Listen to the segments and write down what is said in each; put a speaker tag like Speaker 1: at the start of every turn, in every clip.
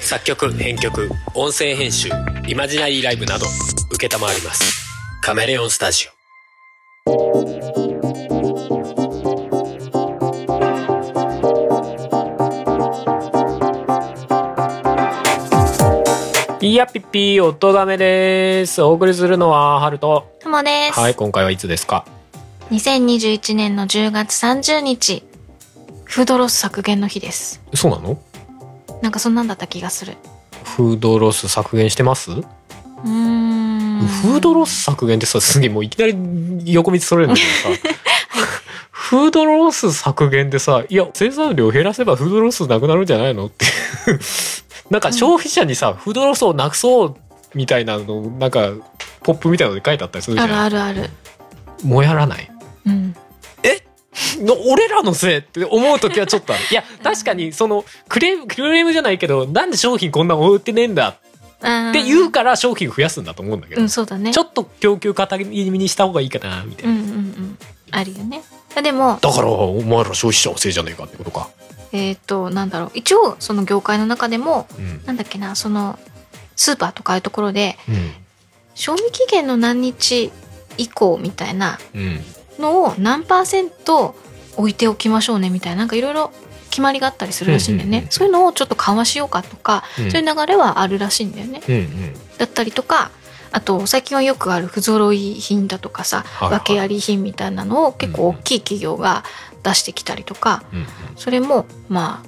Speaker 1: 作曲編曲音声編集イマジナリーライブなど承りますカメレオンスタジオピーヤピッピー音だめですお送りするのはハルト
Speaker 2: ともです、
Speaker 1: はい今回はいつですか
Speaker 2: 2021年の10月30日フードロス削減の日です
Speaker 1: そうなの
Speaker 2: なんかそんなんだった気がする
Speaker 1: フードロス削減してます
Speaker 2: うーん
Speaker 1: フードロス削減ってさすげえもういきなり横道それるんだ けどさフードロス削減でさいや生産量減らせばフードロスなくなるんじゃないのっていう なんか消費者にさ、フードロスをなくそうみたいなのなんかポップみたいなので書いてあったりするじ
Speaker 2: ある
Speaker 1: ゃん
Speaker 2: あるある
Speaker 1: もやらない
Speaker 2: うん
Speaker 1: の俺らのせいって思う時はちょっとあるいや確かにそのクレームクレームじゃないけどなんで商品こんなの売ってねえんだ
Speaker 2: っ
Speaker 1: って言うから商品増やすんだと思うんだけど、
Speaker 2: うんそうだね
Speaker 1: ちょっと供給過多気味にした方がいいかなみたいな
Speaker 2: う。んうんうんあるよねでも
Speaker 1: だからお前ら消費者のせいじゃねえかってことか。
Speaker 2: えっ、となんだろう一応その業界の中でも
Speaker 1: うん。
Speaker 2: なんだっけなそのスーパーとかああいうところで賞味期限の何日以降みたいな
Speaker 1: うん。うん。
Speaker 2: のを何パーセント置いておきましょうねみたいななんかいろいろ決まりがあったりするらしいんだよね、
Speaker 1: うんうんうん
Speaker 2: そういうのをちょっと緩和しようかとか、そういう流れはあるらしいんだよね
Speaker 1: うんうん。
Speaker 2: だったりとかあと最近はよくある不揃い品だとかさ、
Speaker 1: はいはい
Speaker 2: 訳あり品みたいなのを結構大きい企業が出してきたりとか、
Speaker 1: うんうん
Speaker 2: それもま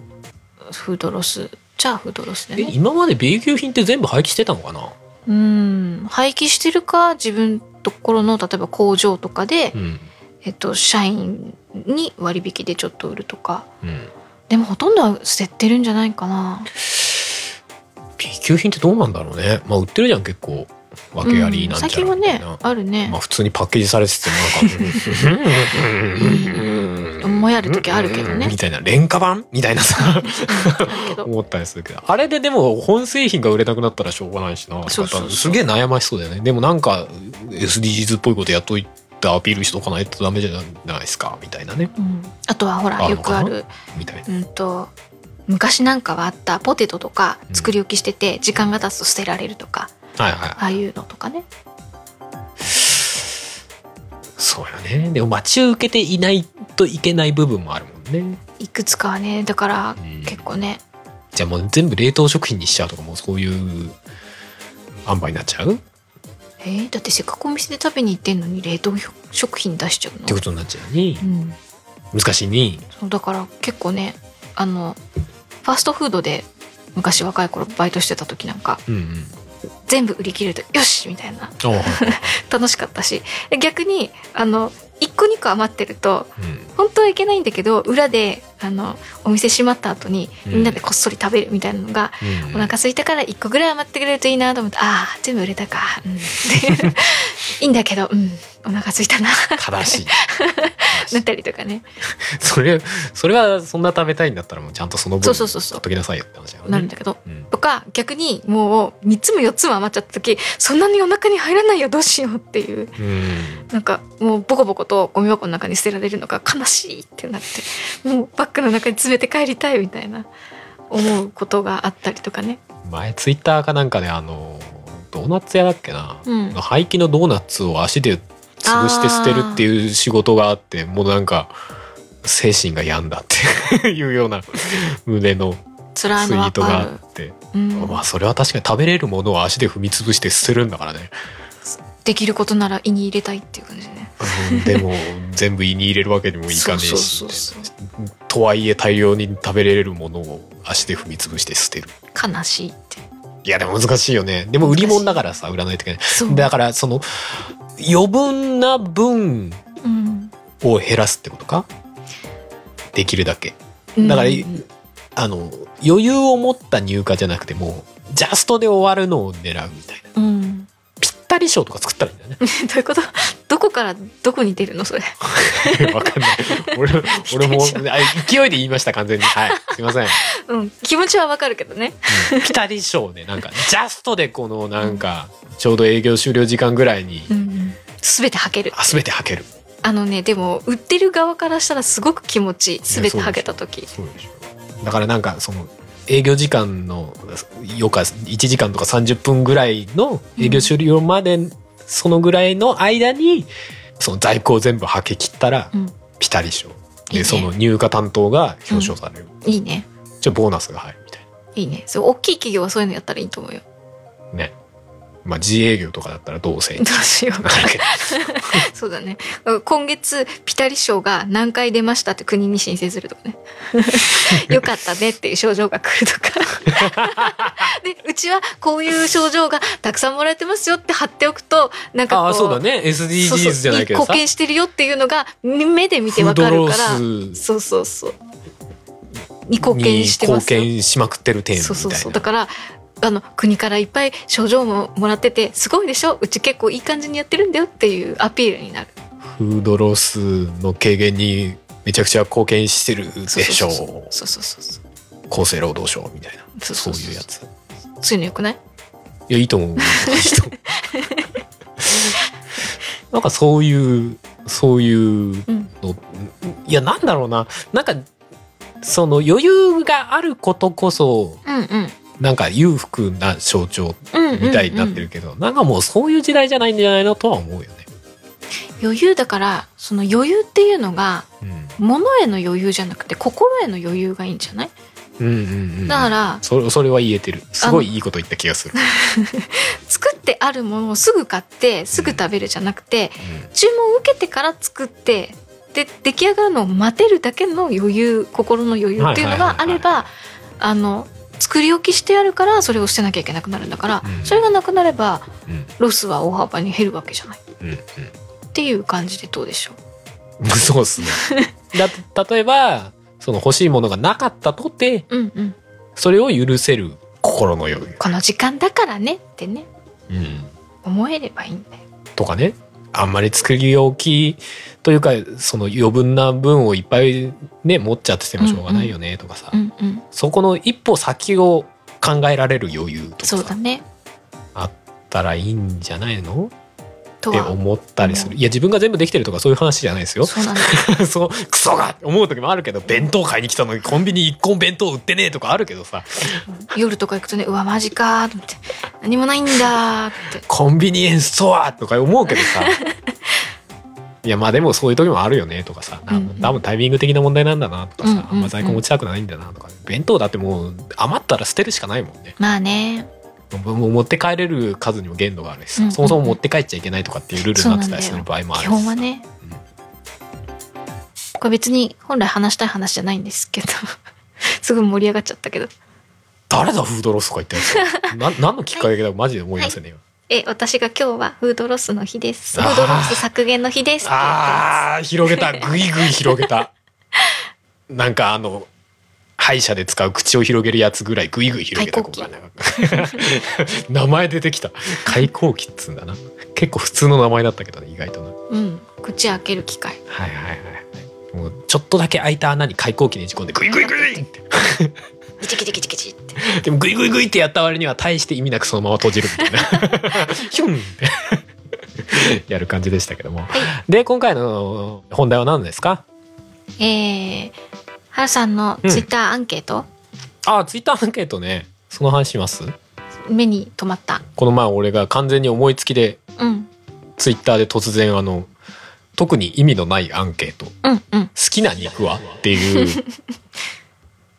Speaker 2: あフードロスじゃあフードロスで
Speaker 1: え
Speaker 2: ね
Speaker 1: 今まで B 級品って全部廃棄してたのかな。
Speaker 2: うん廃棄してるか自分ところの例えば工場とかで、
Speaker 1: うん
Speaker 2: えっと、社員に割引でちょっと売るとか
Speaker 1: うん。
Speaker 2: でもほとんどは捨ててるんじゃないかな
Speaker 1: B 級品ってどうなんだろうね。まあ売ってるじゃん結構訳ありなんじゃ
Speaker 2: うん最近
Speaker 1: な
Speaker 2: はい
Speaker 1: みたい
Speaker 2: ね
Speaker 1: な。
Speaker 2: あるね
Speaker 1: まあ普通にパッケージされててもなんか
Speaker 2: もやる時あるけどね
Speaker 1: みたいな廉価版みたいなさ
Speaker 2: けど
Speaker 1: 思ったりするけどあれででも本製品が売れなくなったらしょうがないしな
Speaker 2: そうそうそう
Speaker 1: すげえ悩ましそうだよねでもなんか SDGs っぽいことやっといてアピールしとかないとダメじゃないですかみたいなね
Speaker 2: うんあとはほら
Speaker 1: ある
Speaker 2: よ
Speaker 1: の
Speaker 2: く
Speaker 1: かな
Speaker 2: ある
Speaker 1: みたいな
Speaker 2: うんと昔なんかはあったポテトとか
Speaker 1: うん
Speaker 2: 作り置きしてて時間が経つと捨てられるとか、
Speaker 1: はいはい
Speaker 2: ああいうのとかね
Speaker 1: そうよねでも待ち受けていないといけない部分もあるもんね
Speaker 2: いくつかはねだから
Speaker 1: うん
Speaker 2: 結構ね、
Speaker 1: じゃあもう全部冷凍食品にしちゃうとかもうそういう塩梅になっちゃうっ
Speaker 2: えーだってせっかくお店で食べに行ってんのに冷凍食品出しちゃうの
Speaker 1: てことになっちゃうに
Speaker 2: うん、
Speaker 1: 難しいに
Speaker 2: そうだから結構ねあのファストフードで昔若い頃バイトしてた時なんか
Speaker 1: うんうん
Speaker 2: 全部売り切れるとよしみたいな
Speaker 1: ああはいはい
Speaker 2: 楽しかったし逆にあの1個2個余ってると
Speaker 1: うん
Speaker 2: 本当はいけないんだけど裏であのお店閉まった後に
Speaker 1: うん
Speaker 2: みんなでこっそり食べるみたいなのが、
Speaker 1: うん
Speaker 2: お腹空いたから1個ぐらい余ってくれるといいなと思ってああ全部売れたか、うん、っていう いいんだけど、うん、お腹空いたな
Speaker 1: 悲しい
Speaker 2: なったりとかね
Speaker 1: それそれはそんな食べたいんだったらもうちゃんとその分
Speaker 2: そうそうそうそう
Speaker 1: 買っときなさいよって話だよね
Speaker 2: なるんだけど。
Speaker 1: うん
Speaker 2: とか逆にもう3つも4つも余っちゃった時そんなにお腹に入らないよどうしようっていう
Speaker 1: うん
Speaker 2: なんかもうボコボコとゴミ箱の中に捨てられるのが悲しいってなってもうバッグの中に詰めて帰りたいみたいな思うことがあったりとかね。
Speaker 1: 前ツイッターかなんかであのドーナツ屋だっけな、
Speaker 2: うん
Speaker 1: 廃棄のドーナツを足で潰して捨てるっていう仕事があってもうなんか精神が病んだっていうような胸のツイ
Speaker 2: 辛いの
Speaker 1: ー
Speaker 2: わ
Speaker 1: トがあ
Speaker 2: かる、
Speaker 1: って、
Speaker 2: うん
Speaker 1: まあそれは確かに食べれるものを足で踏み潰して捨てるんだから ね、
Speaker 2: できることなら胃に入れたいっていう感じね。
Speaker 1: うんでも全部胃に入れるわけにもいかねえし
Speaker 2: そうそうそうそ
Speaker 1: とはいえ大量に食べれるものを足で踏み潰して捨てる
Speaker 2: う悲しいって。
Speaker 1: いやでも難しいよねでも売り物だからさ売らないといけない
Speaker 2: そう
Speaker 1: だからその余分な分
Speaker 2: うん
Speaker 1: を減らすってことかできるだけ
Speaker 2: うん
Speaker 1: だから、あの余裕を持った入荷じゃなくてもうジャストで終わるのを狙うみたいな
Speaker 2: うん、
Speaker 1: ぴったり賞とか作ったらいいんだよね
Speaker 2: どういうことどこからどこに出るのそ れ。
Speaker 1: わかんない。俺、俺も、あ勢いで言いました、完全に。はい。すいません。うん
Speaker 2: うん、気持ちはわかるけどね。
Speaker 1: ピタリ賞ね、なんか、ジャストでこの、なんか、ちょうど営業終了時間ぐらいに、
Speaker 2: うん、全て吐ける。
Speaker 1: あ、すべて履ける。
Speaker 2: あのねでも売ってる側からしたらすごく気持ちいい全てはけた時。
Speaker 1: そうでしょ。だからなんか、その、営業時間のよか1時間とか30分ぐらいの営業終了まで、そのぐらいの間にその在庫を全部はけ切ったら
Speaker 2: うん
Speaker 1: ピタリ賞、
Speaker 2: いい
Speaker 1: で
Speaker 2: ね
Speaker 1: その入荷担当が表彰される、
Speaker 2: いいね
Speaker 1: じゃあボーナスが入るみたい
Speaker 2: いいねそう大きい企業はそういうのやったらいいと思うよ
Speaker 1: なねまあ自営業とかだったら どうせ
Speaker 2: どうしようか
Speaker 1: なるけど
Speaker 2: そうだね今月ピタリ賞が何回出ましたって国に申請す るとかねよかったねっていう症状が来るとか でうちはこういう症状がたくさんもらえてますよって貼っておくとなんかこ
Speaker 1: あ
Speaker 2: う
Speaker 1: あそうだね
Speaker 2: そうそう
Speaker 1: SDGs じゃないけどさ
Speaker 2: 貢献してるよっていうのが目で見て
Speaker 1: フー
Speaker 2: わか
Speaker 1: ド
Speaker 2: る
Speaker 1: ロ
Speaker 2: から
Speaker 1: ース
Speaker 2: そうそうそうに貢
Speaker 1: に
Speaker 2: 献してま
Speaker 1: 貢
Speaker 2: すよ
Speaker 1: 献しまくってるテーマみたいな
Speaker 2: そうそうそうだからあの国からいっぱい賞状ももらっててすごいでしょうち結構いい感じにやってるんだよっていうアピールになる
Speaker 1: フードロスの軽減にめちゃくちゃ貢献してるでしょう
Speaker 2: そうそうそうそう
Speaker 1: 厚生労働省みたいな
Speaker 2: そう
Speaker 1: そ
Speaker 2: そううそう
Speaker 1: いうやつい
Speaker 2: そういうのよくない
Speaker 1: やいいと思ういいと思うなんかそういうそういう
Speaker 2: うん
Speaker 1: のいやなんだろうななんかその余裕があることこそ
Speaker 2: うんうん
Speaker 1: なんか裕福な象徴
Speaker 2: うんうん
Speaker 1: みたいになってるけど、なんかもうそういう時代じゃないんじゃないのとは思うよね。
Speaker 2: 余裕だからその余裕っていうのが
Speaker 1: うん
Speaker 2: 物への余裕じゃなくて心への余裕がいいんじゃない
Speaker 1: うんうんうん、
Speaker 2: だから
Speaker 1: それそれは言えてるすごいいいこと言った気がする、
Speaker 2: 作ってあるものをすぐ買ってすぐ食べるじゃなくて
Speaker 1: うん
Speaker 2: 注文を受けてから作ってで出来上がるのを待てるだけの余裕心の余裕っていう
Speaker 1: は
Speaker 2: のがあれ
Speaker 1: いはいはい
Speaker 2: ばあの作り置きしてあるからそれを捨てなきゃいけなくなるんだから、
Speaker 1: うん
Speaker 2: それがなくなれば
Speaker 1: うん
Speaker 2: ロスは大幅に減るわけじゃないっ
Speaker 1: うん
Speaker 2: ていう感じでどうでしょう
Speaker 1: うん、そうっすねだ例えばその欲しいものがなかったとて
Speaker 2: うんうん
Speaker 1: それを許せる心の余裕、
Speaker 2: この時間だからねってね
Speaker 1: うん、
Speaker 2: 思えればいいんだよ
Speaker 1: とかねあんまり作り置きというかその余分な分をいっぱいね持っちゃっててもしょうがないよねとかさ、
Speaker 2: うんうん
Speaker 1: そこの一歩先を考えられる余裕とか
Speaker 2: そうだ
Speaker 1: さ
Speaker 2: ね
Speaker 1: あったらいいんじゃないの
Speaker 2: と
Speaker 1: って
Speaker 2: は
Speaker 1: 思ったりするいや自分が全部できてるとかそういう話じゃないですよ
Speaker 2: そうなん だ
Speaker 1: そうクソがって思う時もあるけど弁当買いに来たのにコンビニ一個弁当売ってねえとかあるけどさ
Speaker 2: 夜とか行くとねうわマジかーと思って何もないんだーって
Speaker 1: コンビニエンスストアとか思うけど さいやまあでもそういう時もあるよねとかさ、
Speaker 2: うんうん
Speaker 1: 多分タイミング的な問題なんだなとかさ、
Speaker 2: うんうんうん
Speaker 1: あんま在庫持ちたくないんだなとか弁当だってもう余ったら捨てるしかないもんね
Speaker 2: まあね
Speaker 1: もう持って帰れる数にも限度があるしさ、
Speaker 2: うんうんうん
Speaker 1: そもそも持って帰っちゃいけないとかっていうルールになってたりす
Speaker 2: そう
Speaker 1: る
Speaker 2: なん
Speaker 1: 場合もあるし
Speaker 2: 基
Speaker 1: さ
Speaker 2: 本はね
Speaker 1: うん
Speaker 2: これ別に本来話したい話じゃないんですけどすぐ盛り上がっちゃったけど
Speaker 1: 誰だフードロスとか言ってるのな何のきっかけだかマジで思い出せねえよ、
Speaker 2: え私が今日はフードロスの日です
Speaker 1: あー
Speaker 2: フードロス削減の日ですって言ってます
Speaker 1: あー広げたぐいぐい広げたなんかあの歯医者で使う口を広げるやつぐらいぐいぐい広げた
Speaker 2: 開口器
Speaker 1: ここがなんか 名前出てきた開口器っつうんだな結構普通の名前だったけどね意外となは
Speaker 2: うん口開ける機会
Speaker 1: いはいはいはいもうちょっとだけ開いた穴に開口器ねじ込んでぐいぐいぐいって
Speaker 2: ギチギチギチギチって
Speaker 1: でもグイグイグイってやった割には大して意味なくそのまま閉じるみたいな ヒュン ってやる感じでしたけども、で今回の本題は何ですか
Speaker 2: えー、原さんのツイッターアンケート、
Speaker 1: あツイッターアンケートねその話します
Speaker 2: 目に留まった
Speaker 1: この前俺が完全に思いつきで
Speaker 2: うん
Speaker 1: ツイッターで突然あの特に意味のないアンケート好
Speaker 2: うんうん
Speaker 1: きな肉はって いう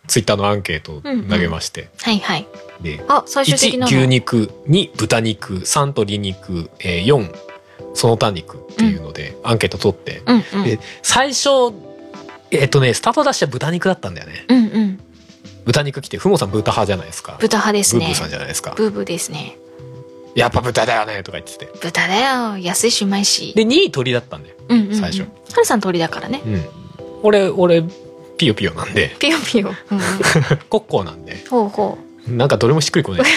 Speaker 1: ツイッターのアンケートを投げまして、
Speaker 2: はいはい
Speaker 1: で
Speaker 2: あ最終的
Speaker 1: 1
Speaker 2: なの
Speaker 1: 牛肉2豚肉3鶏肉、えー4その他肉っていうのでアンケート取って、
Speaker 2: うんうん
Speaker 1: で最初えっとねスタート出しは豚肉だったんだよね
Speaker 2: うんうん
Speaker 1: 豚肉来てふもさん豚派じゃないですか
Speaker 2: 豚派です
Speaker 1: ブー
Speaker 2: ね
Speaker 1: ブーさんじゃないですか
Speaker 2: ブーブーですね
Speaker 1: やっぱ豚だよねとか言ってて
Speaker 2: 豚だよ安いしうまいし
Speaker 1: で2位鳥だったんだよ、
Speaker 2: うんうんうん、
Speaker 1: 最初
Speaker 2: ハルさん鳥だからね
Speaker 1: うん、俺俺ピヨピヨなん で
Speaker 2: ピヨピヨ、うんうん、
Speaker 1: コッコーなんで
Speaker 2: ほうほ
Speaker 1: なんかどれもしっくりこ ない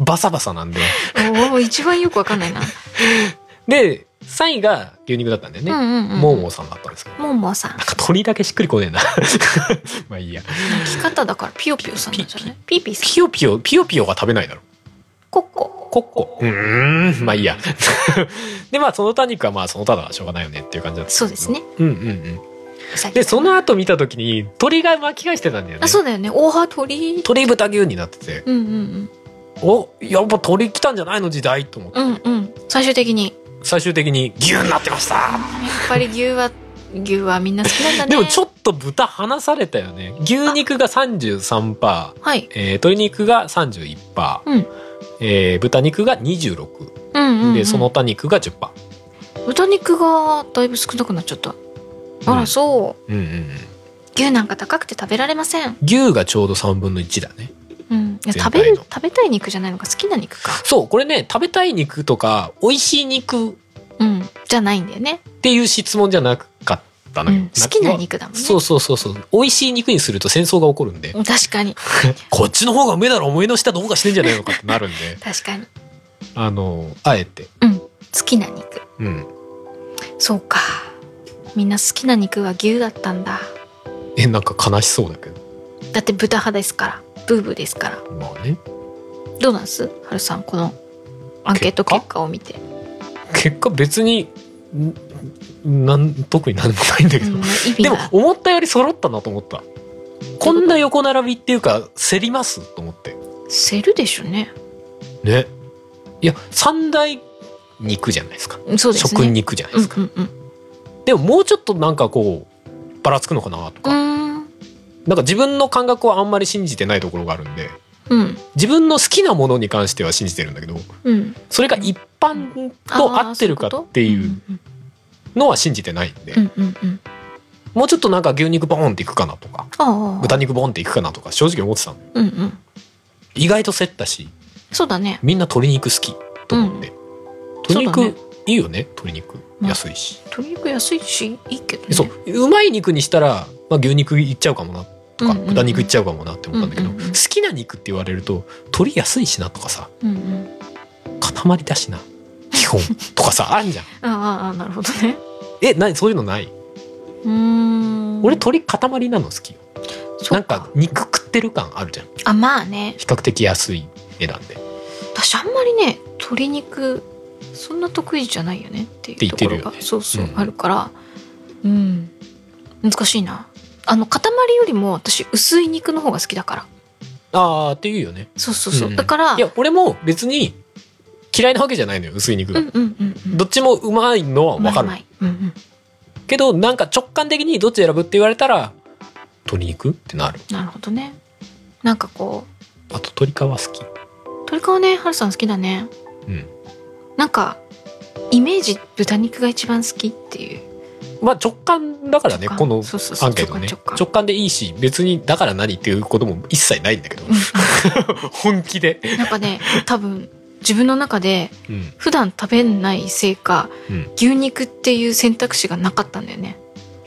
Speaker 1: バサバサなんで
Speaker 2: うおお一番よくわかんないな、
Speaker 1: で3位が牛肉だったんだよ
Speaker 2: うん
Speaker 1: ね、
Speaker 2: うんうん
Speaker 1: モーモーさんだったんですけど
Speaker 2: モンモンさん
Speaker 1: なんか鳥だけしっくりこねえな まあいいや
Speaker 2: 鳴き方だからピヨピヨさんなんじゃないピーピーさん
Speaker 1: ピヨピヨピヨピヨが食べないだろ
Speaker 2: コッコ
Speaker 1: コッコうーんまあいいや でまあその他肉はまあその他だからしょうがないよねっていう感じだったん
Speaker 2: そう
Speaker 1: け
Speaker 2: で
Speaker 1: ど
Speaker 2: すね
Speaker 1: うんうんうん
Speaker 2: ウサギ
Speaker 1: でその後見た時に鳥が巻き返してたんだよね
Speaker 2: あそうだよね大葉鳥
Speaker 1: 鳥豚牛になってて
Speaker 2: うんうん
Speaker 1: おやっぱ鳥来たんじゃないの時代と思って
Speaker 2: うんうんうん最終的に
Speaker 1: 最終的に牛になってました
Speaker 2: やっぱり牛は牛はみんな好きなんだね
Speaker 1: でもちょ
Speaker 2: っ
Speaker 1: っと豚離されたよね牛肉が33%パー、
Speaker 2: とはい
Speaker 1: えー、鶏肉が31%パー、
Speaker 2: うん
Speaker 1: えー豚肉が26
Speaker 2: うんうん、うん、
Speaker 1: でその他肉が10%パ
Speaker 2: 豚肉がだいぶ少なくなっちゃった
Speaker 1: ー、
Speaker 2: あらそう
Speaker 1: う、ん、うんうん
Speaker 2: 牛なんか高くて食べられません、
Speaker 1: 牛がちょうど3分の1だね
Speaker 2: うん、いや
Speaker 1: 全体
Speaker 2: 食べる
Speaker 1: の
Speaker 2: 食べたい肉じゃないのか好きな肉か
Speaker 1: そうこれね食べたい肉とか美味しい肉っ
Speaker 2: うんじゃないんだよね、
Speaker 1: ていう質問じゃなかった
Speaker 2: う
Speaker 1: のよ、
Speaker 2: ん、好きな肉だもんね
Speaker 1: そうそうそうそう美味しい肉にすると戦争が起こるんで、
Speaker 2: 確かに
Speaker 1: こっちの方がうめえだろ思いの下どうかしてんじゃないのかってなるんで
Speaker 2: 確かに
Speaker 1: あのあえて
Speaker 2: 好きな肉
Speaker 1: うん
Speaker 2: そうかみんな好きな肉は牛だったんだ
Speaker 1: えなんか悲しそうだけど
Speaker 2: だって豚派ですからブーブーですから
Speaker 1: まあね
Speaker 2: どうなんすはるさんこのアンケート結果を見て、
Speaker 1: 結果別にんなん特に何もないんだけ
Speaker 2: う
Speaker 1: ど、
Speaker 2: ん、意味
Speaker 1: でも
Speaker 2: が
Speaker 1: 思ったより揃ったなと思ったこんな横並びっていうか競りますと思って
Speaker 2: せるでしょうね
Speaker 1: ねいや三大肉じゃないですか
Speaker 2: うんそうですね
Speaker 1: 食肉じゃないですか、
Speaker 2: うんうん
Speaker 1: でももうちょっとなんかこうばらつくのかなと
Speaker 2: う
Speaker 1: か、
Speaker 2: んう
Speaker 1: なんか自分の感覚はあんまり信じてないところがあるんで
Speaker 2: ーんうん
Speaker 1: 自分の好きなものに関しては信じてるんだけど
Speaker 2: うん
Speaker 1: それが一般と合ってるかっていうのは信じてないんで、
Speaker 2: うんうんうん
Speaker 1: もうちょっとなんか牛肉ボーンっていくかなとか
Speaker 2: ああ
Speaker 1: 豚肉ボーンっていくかなとか正直思ってたの
Speaker 2: うんうん
Speaker 1: 意外と競ったし
Speaker 2: そうだね
Speaker 1: みんな鶏肉好きと思って、鶏肉、
Speaker 2: そうだね
Speaker 1: いいよね鶏肉
Speaker 2: うん
Speaker 1: 安いし、
Speaker 2: 鶏肉安いしいいけどね
Speaker 1: そううまい肉にしたら、まあ、牛肉いっちゃうかもなとか、
Speaker 2: うんうんうん
Speaker 1: 豚肉いっちゃうかもなって思ったんだけど、
Speaker 2: うんうんうん
Speaker 1: 好きな肉って言われると鶏安いしなとかさ
Speaker 2: うんうん
Speaker 1: 塊だしな基本とかさあんじゃん
Speaker 2: ああああなるほどね
Speaker 1: え何そういうのないう
Speaker 2: ーん
Speaker 1: 俺鶏塊なの好きよ
Speaker 2: そ
Speaker 1: な
Speaker 2: うん
Speaker 1: か肉食ってる感あるじゃん
Speaker 2: あまあね
Speaker 1: 比較的安い値段でっ
Speaker 2: 私あんまりね鶏肉そんな得意じゃないよねっていうところ
Speaker 1: って言って
Speaker 2: が、
Speaker 1: るよね
Speaker 2: そうそう、
Speaker 1: うん
Speaker 2: あるからうん難しいなあの塊よりも私薄い肉の方が好きだから
Speaker 1: あーっていうよね
Speaker 2: そうそうそう、
Speaker 1: うん
Speaker 2: だから
Speaker 1: いや俺も別に嫌いなわけじゃないのよ薄い肉
Speaker 2: う
Speaker 1: が、
Speaker 2: んうんうんうん
Speaker 1: どっちもうまいのは
Speaker 2: うま
Speaker 1: 分か
Speaker 2: い
Speaker 1: る
Speaker 2: うまいうんうん
Speaker 1: けどなんか直感的にどっち選ぶって言われたら鶏肉ってなる
Speaker 2: なるほどねなんかこう
Speaker 1: あと鶏皮好き
Speaker 2: 鶏皮ねはるさん好きだね
Speaker 1: うん
Speaker 2: なんかイメージ豚肉が一番好きっていう
Speaker 1: まあ直感だからね
Speaker 2: 直感
Speaker 1: この
Speaker 2: そうそうそう
Speaker 1: アンケートね
Speaker 2: 直感直
Speaker 1: 直感でいいし別にだから何っていうことも一切ないんだけど 本気で
Speaker 2: なんかね多分自分の中で
Speaker 1: うん
Speaker 2: 普段食べないせいか、
Speaker 1: うん
Speaker 2: 牛肉っていう選択肢がなかったんだよね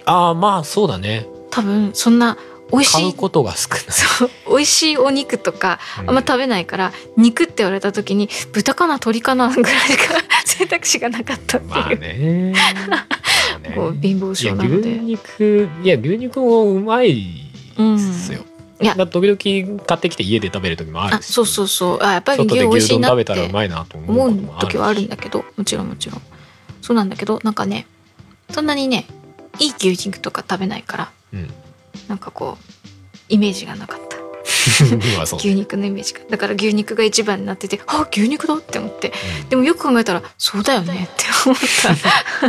Speaker 1: ああまあそうだね
Speaker 2: 多分そんな美味し
Speaker 1: 買う
Speaker 2: い
Speaker 1: ことが少ない
Speaker 2: そう美味しいお肉とかあんま食べないから、肉って言われた時に豚かな鶏かなぐらいしか 選択肢がなかったっ
Speaker 1: う
Speaker 2: て
Speaker 1: ん
Speaker 2: いう,、
Speaker 1: まあねまあね
Speaker 2: こう貧乏
Speaker 1: いや
Speaker 2: 症なの
Speaker 1: 牛
Speaker 2: で
Speaker 1: 肉いや牛肉もうまいですよ、
Speaker 2: うんいや
Speaker 1: だから時々買ってきて家で食べる時もある
Speaker 2: あそうそううそうあやっぱ
Speaker 1: 外
Speaker 2: り牛
Speaker 1: で
Speaker 2: 美味
Speaker 1: 牛
Speaker 2: しい
Speaker 1: 丼
Speaker 2: な
Speaker 1: 食
Speaker 2: っ
Speaker 1: べたら
Speaker 2: て
Speaker 1: うまいなと思う
Speaker 2: 思
Speaker 1: こと
Speaker 2: う
Speaker 1: もある
Speaker 2: 時はあるんだけどもちろんもちろんそうなんだけどなんかねそんなにねいい牛肉とか食べないから
Speaker 1: うん
Speaker 2: なんかこうイメージがなかった
Speaker 1: まあそう
Speaker 2: 牛肉のイメージがだから牛肉が一番になっててあ牛肉だって思ってでもよく考えたらそうだよねって思った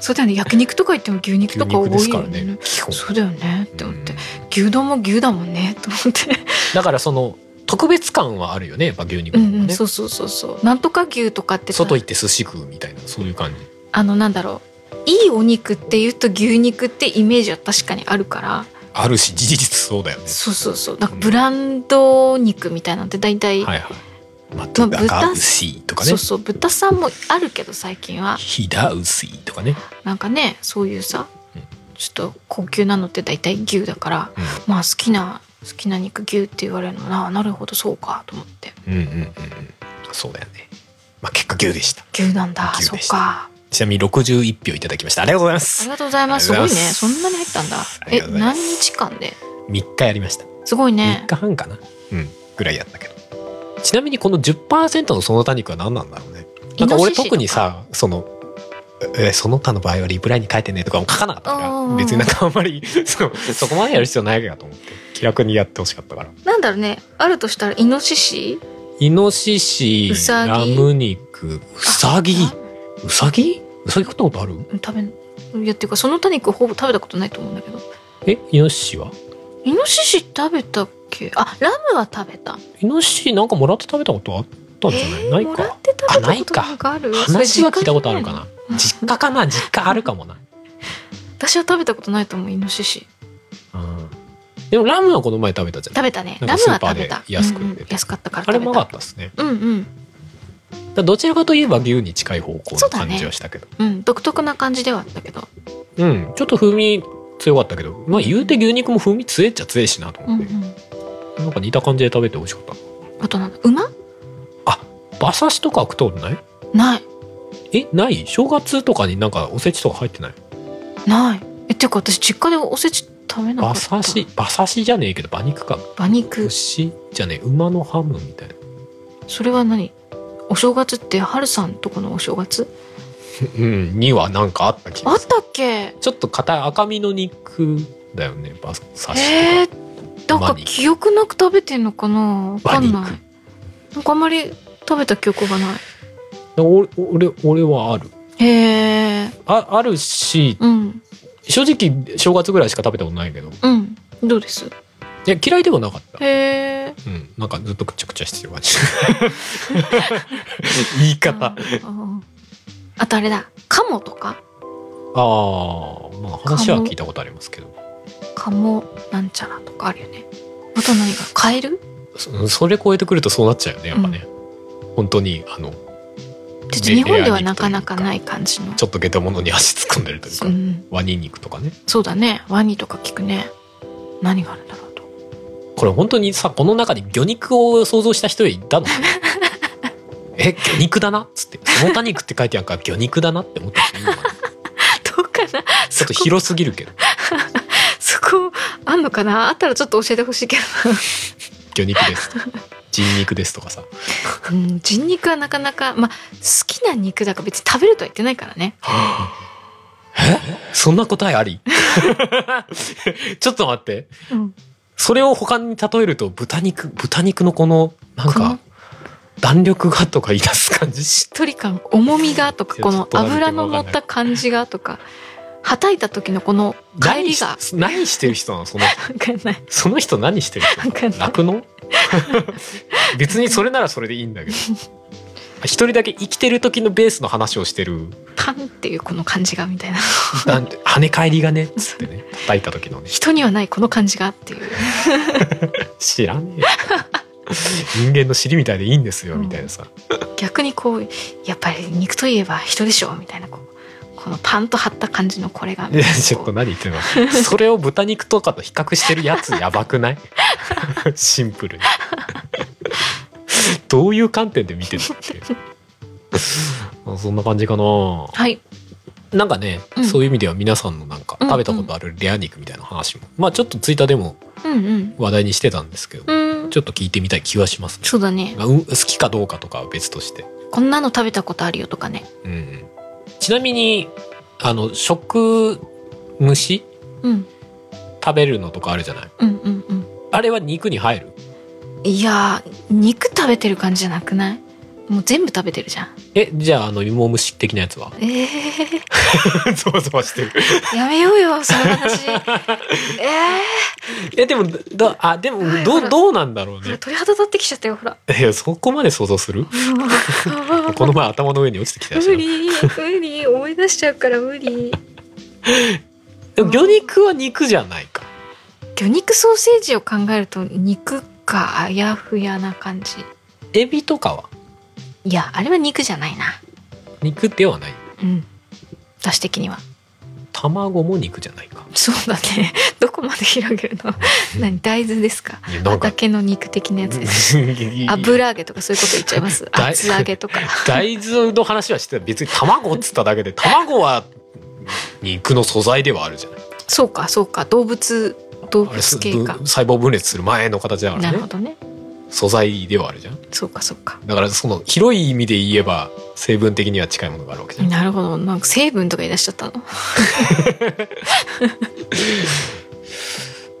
Speaker 2: そうだよね焼肉とか行っても牛肉
Speaker 1: 牛
Speaker 2: とか多
Speaker 1: 肉です
Speaker 2: い
Speaker 1: か
Speaker 2: よ
Speaker 1: ら
Speaker 2: ね
Speaker 1: ね基本
Speaker 2: そうだよねって思って
Speaker 1: うん
Speaker 2: 牛丼も牛だもんねと思って
Speaker 1: だからその特別感はあるよねやっぱ牛肉
Speaker 2: う
Speaker 1: の方
Speaker 2: ん
Speaker 1: が
Speaker 2: うん
Speaker 1: ね
Speaker 2: そうそうそうそうなんとか牛とかってさ
Speaker 1: 外行って寿司食うみたいなそういう感じ
Speaker 2: あのなんだろういいお肉っていうと牛肉ってイメージは確かにあるから
Speaker 1: あるし事実そうだよね
Speaker 2: そうそうそうなんかブランド肉みたいなのって大体、
Speaker 1: はいはいまあ、豚が牛とかね
Speaker 2: そうそう豚さんもあるけど最近は
Speaker 1: ひだ牛とかね、
Speaker 2: なんかねそういうさ
Speaker 1: うん
Speaker 2: ちょっと高級なのって大体牛だからまあ好きな好きな肉牛って言われるのなあなるほどそうかと思って
Speaker 1: うん、うんうんうんうんそうだよねまあ結果牛でした
Speaker 2: 牛なんだ
Speaker 1: 牛
Speaker 2: そう
Speaker 1: でした
Speaker 2: か
Speaker 1: ちなみに61票いただきましたありがとうございま
Speaker 2: あ
Speaker 1: す
Speaker 2: りがとうございますす
Speaker 1: あ
Speaker 2: ご
Speaker 1: り
Speaker 2: い
Speaker 1: がとうござい
Speaker 2: ね
Speaker 1: ます
Speaker 2: そんなに入ったんだ
Speaker 1: あり
Speaker 2: え
Speaker 1: がとうございま
Speaker 2: 何
Speaker 1: す
Speaker 2: 日間で
Speaker 1: 3日やりました
Speaker 2: すごい
Speaker 1: 3
Speaker 2: ね
Speaker 1: 日半かな、うんぐらいやったけどちなみにこの10%のその他肉は何なんだろうねなんか
Speaker 2: イノ
Speaker 1: 俺
Speaker 2: シシとか
Speaker 1: 特にさそのえその他の場合はリプライに書いてねとかも書かなかった
Speaker 2: う
Speaker 1: から
Speaker 2: んうん
Speaker 1: 別になんかあんまり そうそこまでやる必要ないかと思って気楽にやってほしかったから
Speaker 2: なんだろうねあるとしたらイノシシ
Speaker 1: イノシシ
Speaker 2: うさぎ
Speaker 1: ラム肉ウサギウサギウサギ食ったことある
Speaker 2: 食べんいやっていうかその多肉ほぼ食べたことないと思うんだけど
Speaker 1: えイノシシは
Speaker 2: イノシシ食べたっけあラムは食べた
Speaker 1: イノシシなんかもらって食べたことあったんじゃない、
Speaker 2: えー
Speaker 1: ない
Speaker 2: もらっ
Speaker 1: か
Speaker 2: て食べ
Speaker 1: あ
Speaker 2: た
Speaker 1: ない
Speaker 2: こと
Speaker 1: か
Speaker 2: なんかある
Speaker 1: 話は聞いたことあるか
Speaker 2: それ
Speaker 1: な実家かな実家あるかもな、
Speaker 2: 私は食べたことないと思うイノシシ
Speaker 1: うん、でもラムはこの前食べたじゃん
Speaker 2: 食べたね
Speaker 1: なんか
Speaker 2: ラム
Speaker 1: ス
Speaker 2: は
Speaker 1: ーパー
Speaker 2: 食
Speaker 1: で
Speaker 2: べた
Speaker 1: 安く
Speaker 2: うんうん
Speaker 1: 出て
Speaker 2: 安かったから
Speaker 1: あれも
Speaker 2: 食
Speaker 1: う
Speaker 2: べ
Speaker 1: ま
Speaker 2: た
Speaker 1: かったですね
Speaker 2: うんうん
Speaker 1: だからどちらかといえば牛に近い方向
Speaker 2: そ
Speaker 1: の
Speaker 2: うだね
Speaker 1: 感じはしたけど
Speaker 2: うん独特な感じではあったけど
Speaker 1: う,、んちょっと風味強かったけどまあ言うて牛肉も風味強えっちゃ強えしなと
Speaker 2: う
Speaker 1: 思
Speaker 2: ん
Speaker 1: っ
Speaker 2: う
Speaker 1: て、
Speaker 2: ん
Speaker 1: なんか似た感じで食べて美味しかっ
Speaker 2: あとなんだ馬
Speaker 1: た馬刺しとかは食ったことない
Speaker 2: ない
Speaker 1: えない正月とかになんかおせちとか入ってない
Speaker 2: ないえっていうか私実家でおせち食べなか
Speaker 1: 馬
Speaker 2: った
Speaker 1: 刺し馬刺しじゃねえけど馬肉か
Speaker 2: 馬肉
Speaker 1: 牛じゃねえ馬のハムみたいな
Speaker 2: それは何お正月って春さんとこのお正月
Speaker 1: うんにはなんかあった気
Speaker 2: あ
Speaker 1: が
Speaker 2: っ
Speaker 1: する
Speaker 2: たっけ
Speaker 1: ちょっと硬い赤身の肉だよね馬刺しとか、
Speaker 2: えー、なんか
Speaker 1: 馬肉
Speaker 2: 記憶なく食べてんのかなわかんない
Speaker 1: 馬
Speaker 2: なんかあんまり食べた記憶がない
Speaker 1: 俺俺俺はある
Speaker 2: へえ
Speaker 1: ああるし
Speaker 2: うん
Speaker 1: 正直正月ぐらいしか食べたことないけどい
Speaker 2: うんどうです
Speaker 1: や嫌いではなかった、
Speaker 2: へえ
Speaker 1: うん、なんかずっとくちゃくちゃしてる感じ 言い方
Speaker 2: あとあれだカモとか
Speaker 1: ああまあ話は聞いたことありますけど
Speaker 2: カモなんちゃらとかあるよねあと何がカエル
Speaker 1: そそれ超えてくるとそうなっちゃうよねやっぱね、本当にあの
Speaker 2: ちょっと日本で
Speaker 1: レア肉という
Speaker 2: は
Speaker 1: か
Speaker 2: なかなかない感じの
Speaker 1: ちょっと下駄物に足突っ込んでるというか、
Speaker 2: うん
Speaker 1: ワニ肉とかね
Speaker 2: そうだねワニとか聞くね何があるんだろうと
Speaker 1: これ本当にさこの中に魚肉を想像した人い たのえ魚肉だなっつって「その他肉」って書いてあるから魚肉だなって思った人いるのか な
Speaker 2: どうかな
Speaker 1: ちょっと広すぎるけど
Speaker 2: そこあんのかなあったらちょっと教えてほしいけど、
Speaker 1: 魚肉です人肉ですとかさ
Speaker 2: うん、人肉はなかなかまあ好きな肉だから別に食べるとは言ってないからね
Speaker 1: そんな答えあ りちょっと待って
Speaker 2: うん
Speaker 1: それを他に例えると豚肉豚肉のこのなん
Speaker 2: こ
Speaker 1: か
Speaker 2: の
Speaker 1: 弾力がとか言い出す感じ
Speaker 2: しっとり感重みがとか
Speaker 1: いや
Speaker 2: こ
Speaker 1: ちょ
Speaker 2: の
Speaker 1: っとなんて
Speaker 2: 油の乗
Speaker 1: わ
Speaker 2: っ
Speaker 1: かんな
Speaker 2: た感じがとかはたいた時のこの帰
Speaker 1: 何
Speaker 2: り
Speaker 1: し
Speaker 2: が
Speaker 1: 何してる人なのその人
Speaker 2: 分かんない
Speaker 1: その人何してる人
Speaker 2: 分か んない
Speaker 1: 楽の別にそれならそれでいいんだ けど一人だけ生きてる時のベースの話をしてる
Speaker 2: パンっていうこの感じがみたいな
Speaker 1: なん て跳ね返りがねつってね叩いた時のね
Speaker 2: 人にはないこの感じがっていう
Speaker 1: 知らねえよ 人間の尻みたいでいいんですよ
Speaker 2: うん
Speaker 1: みたいなさ、
Speaker 2: 逆にこうやっぱり肉といえば人でしょみたいなこうこのパンと張った感じのこれが
Speaker 1: いやちょっと何言ってるのそれを豚肉とかと比較してるやつやばくない シンプルに どういう観点で見てるっていう まあそんな感じかな
Speaker 2: はい
Speaker 1: なんかね、
Speaker 2: うん
Speaker 1: そういう意味では皆さんのなんか
Speaker 2: うんうん
Speaker 1: 食べたことあるレア肉みたいな話も、まあちょっとツイッターでも
Speaker 2: うんうん
Speaker 1: 話題にしてたんですけど、
Speaker 2: うん
Speaker 1: ちょっと聞いてみたい気はしますね。
Speaker 2: そうだね
Speaker 1: まあうん好きかどうかとかは別として。
Speaker 2: こんなの食べたことあるよとかね
Speaker 1: うんうんちなみに、あの、食、虫
Speaker 2: うん
Speaker 1: 食べるのとかあるじゃない
Speaker 2: うんうんうん
Speaker 1: あれは肉に入る
Speaker 2: いやー肉食べてる感じじゃなくないもう全部食べてるじゃん
Speaker 1: え、じゃあ、あの、芋虫的なやつ は
Speaker 2: ええ
Speaker 1: そわそわしてる。
Speaker 2: やめようよその話ええ
Speaker 1: え、でも、だ、あ、でも、
Speaker 2: はい
Speaker 1: ど
Speaker 2: ほ
Speaker 1: う、
Speaker 2: ら
Speaker 1: どうなんだろう
Speaker 2: ほら
Speaker 1: ね。
Speaker 2: 鳥肌立ってきちゃったよほら
Speaker 1: いや、そこまで想像するこの前頭の上に落ちてきたやつ
Speaker 2: 無。理無理思い出しちゃうから無理
Speaker 1: でも魚肉は肉じゃないか。
Speaker 2: 魚肉ソーセージを考えると肉かあやふやな感じ
Speaker 1: エビとかはい
Speaker 2: やあれは肉じゃないな
Speaker 1: 肉ではない
Speaker 2: うん私的には
Speaker 1: 卵も肉じゃないか
Speaker 2: そうだね どこまで広げるの何大豆ですか
Speaker 1: いやなんか
Speaker 2: 畑の肉的なやつです油揚げとかそういうこと言っちゃいます
Speaker 1: 大
Speaker 2: 厚揚げとか
Speaker 1: 大豆の話はしてた別に卵っつっただけで卵は肉の素材ではあるじゃない
Speaker 2: そうかそうか動物動
Speaker 1: あれ
Speaker 2: 物系か
Speaker 1: ぶ細胞分裂する前の形だか
Speaker 2: な
Speaker 1: ら
Speaker 2: る
Speaker 1: ね
Speaker 2: ほどね
Speaker 1: 素材ではあるじゃん
Speaker 2: そうかそうか
Speaker 1: だからその広い意味で言えば成分的には近いものがあるわけじゃん、
Speaker 2: なるほどなんか成分とか言い出しち ゃったの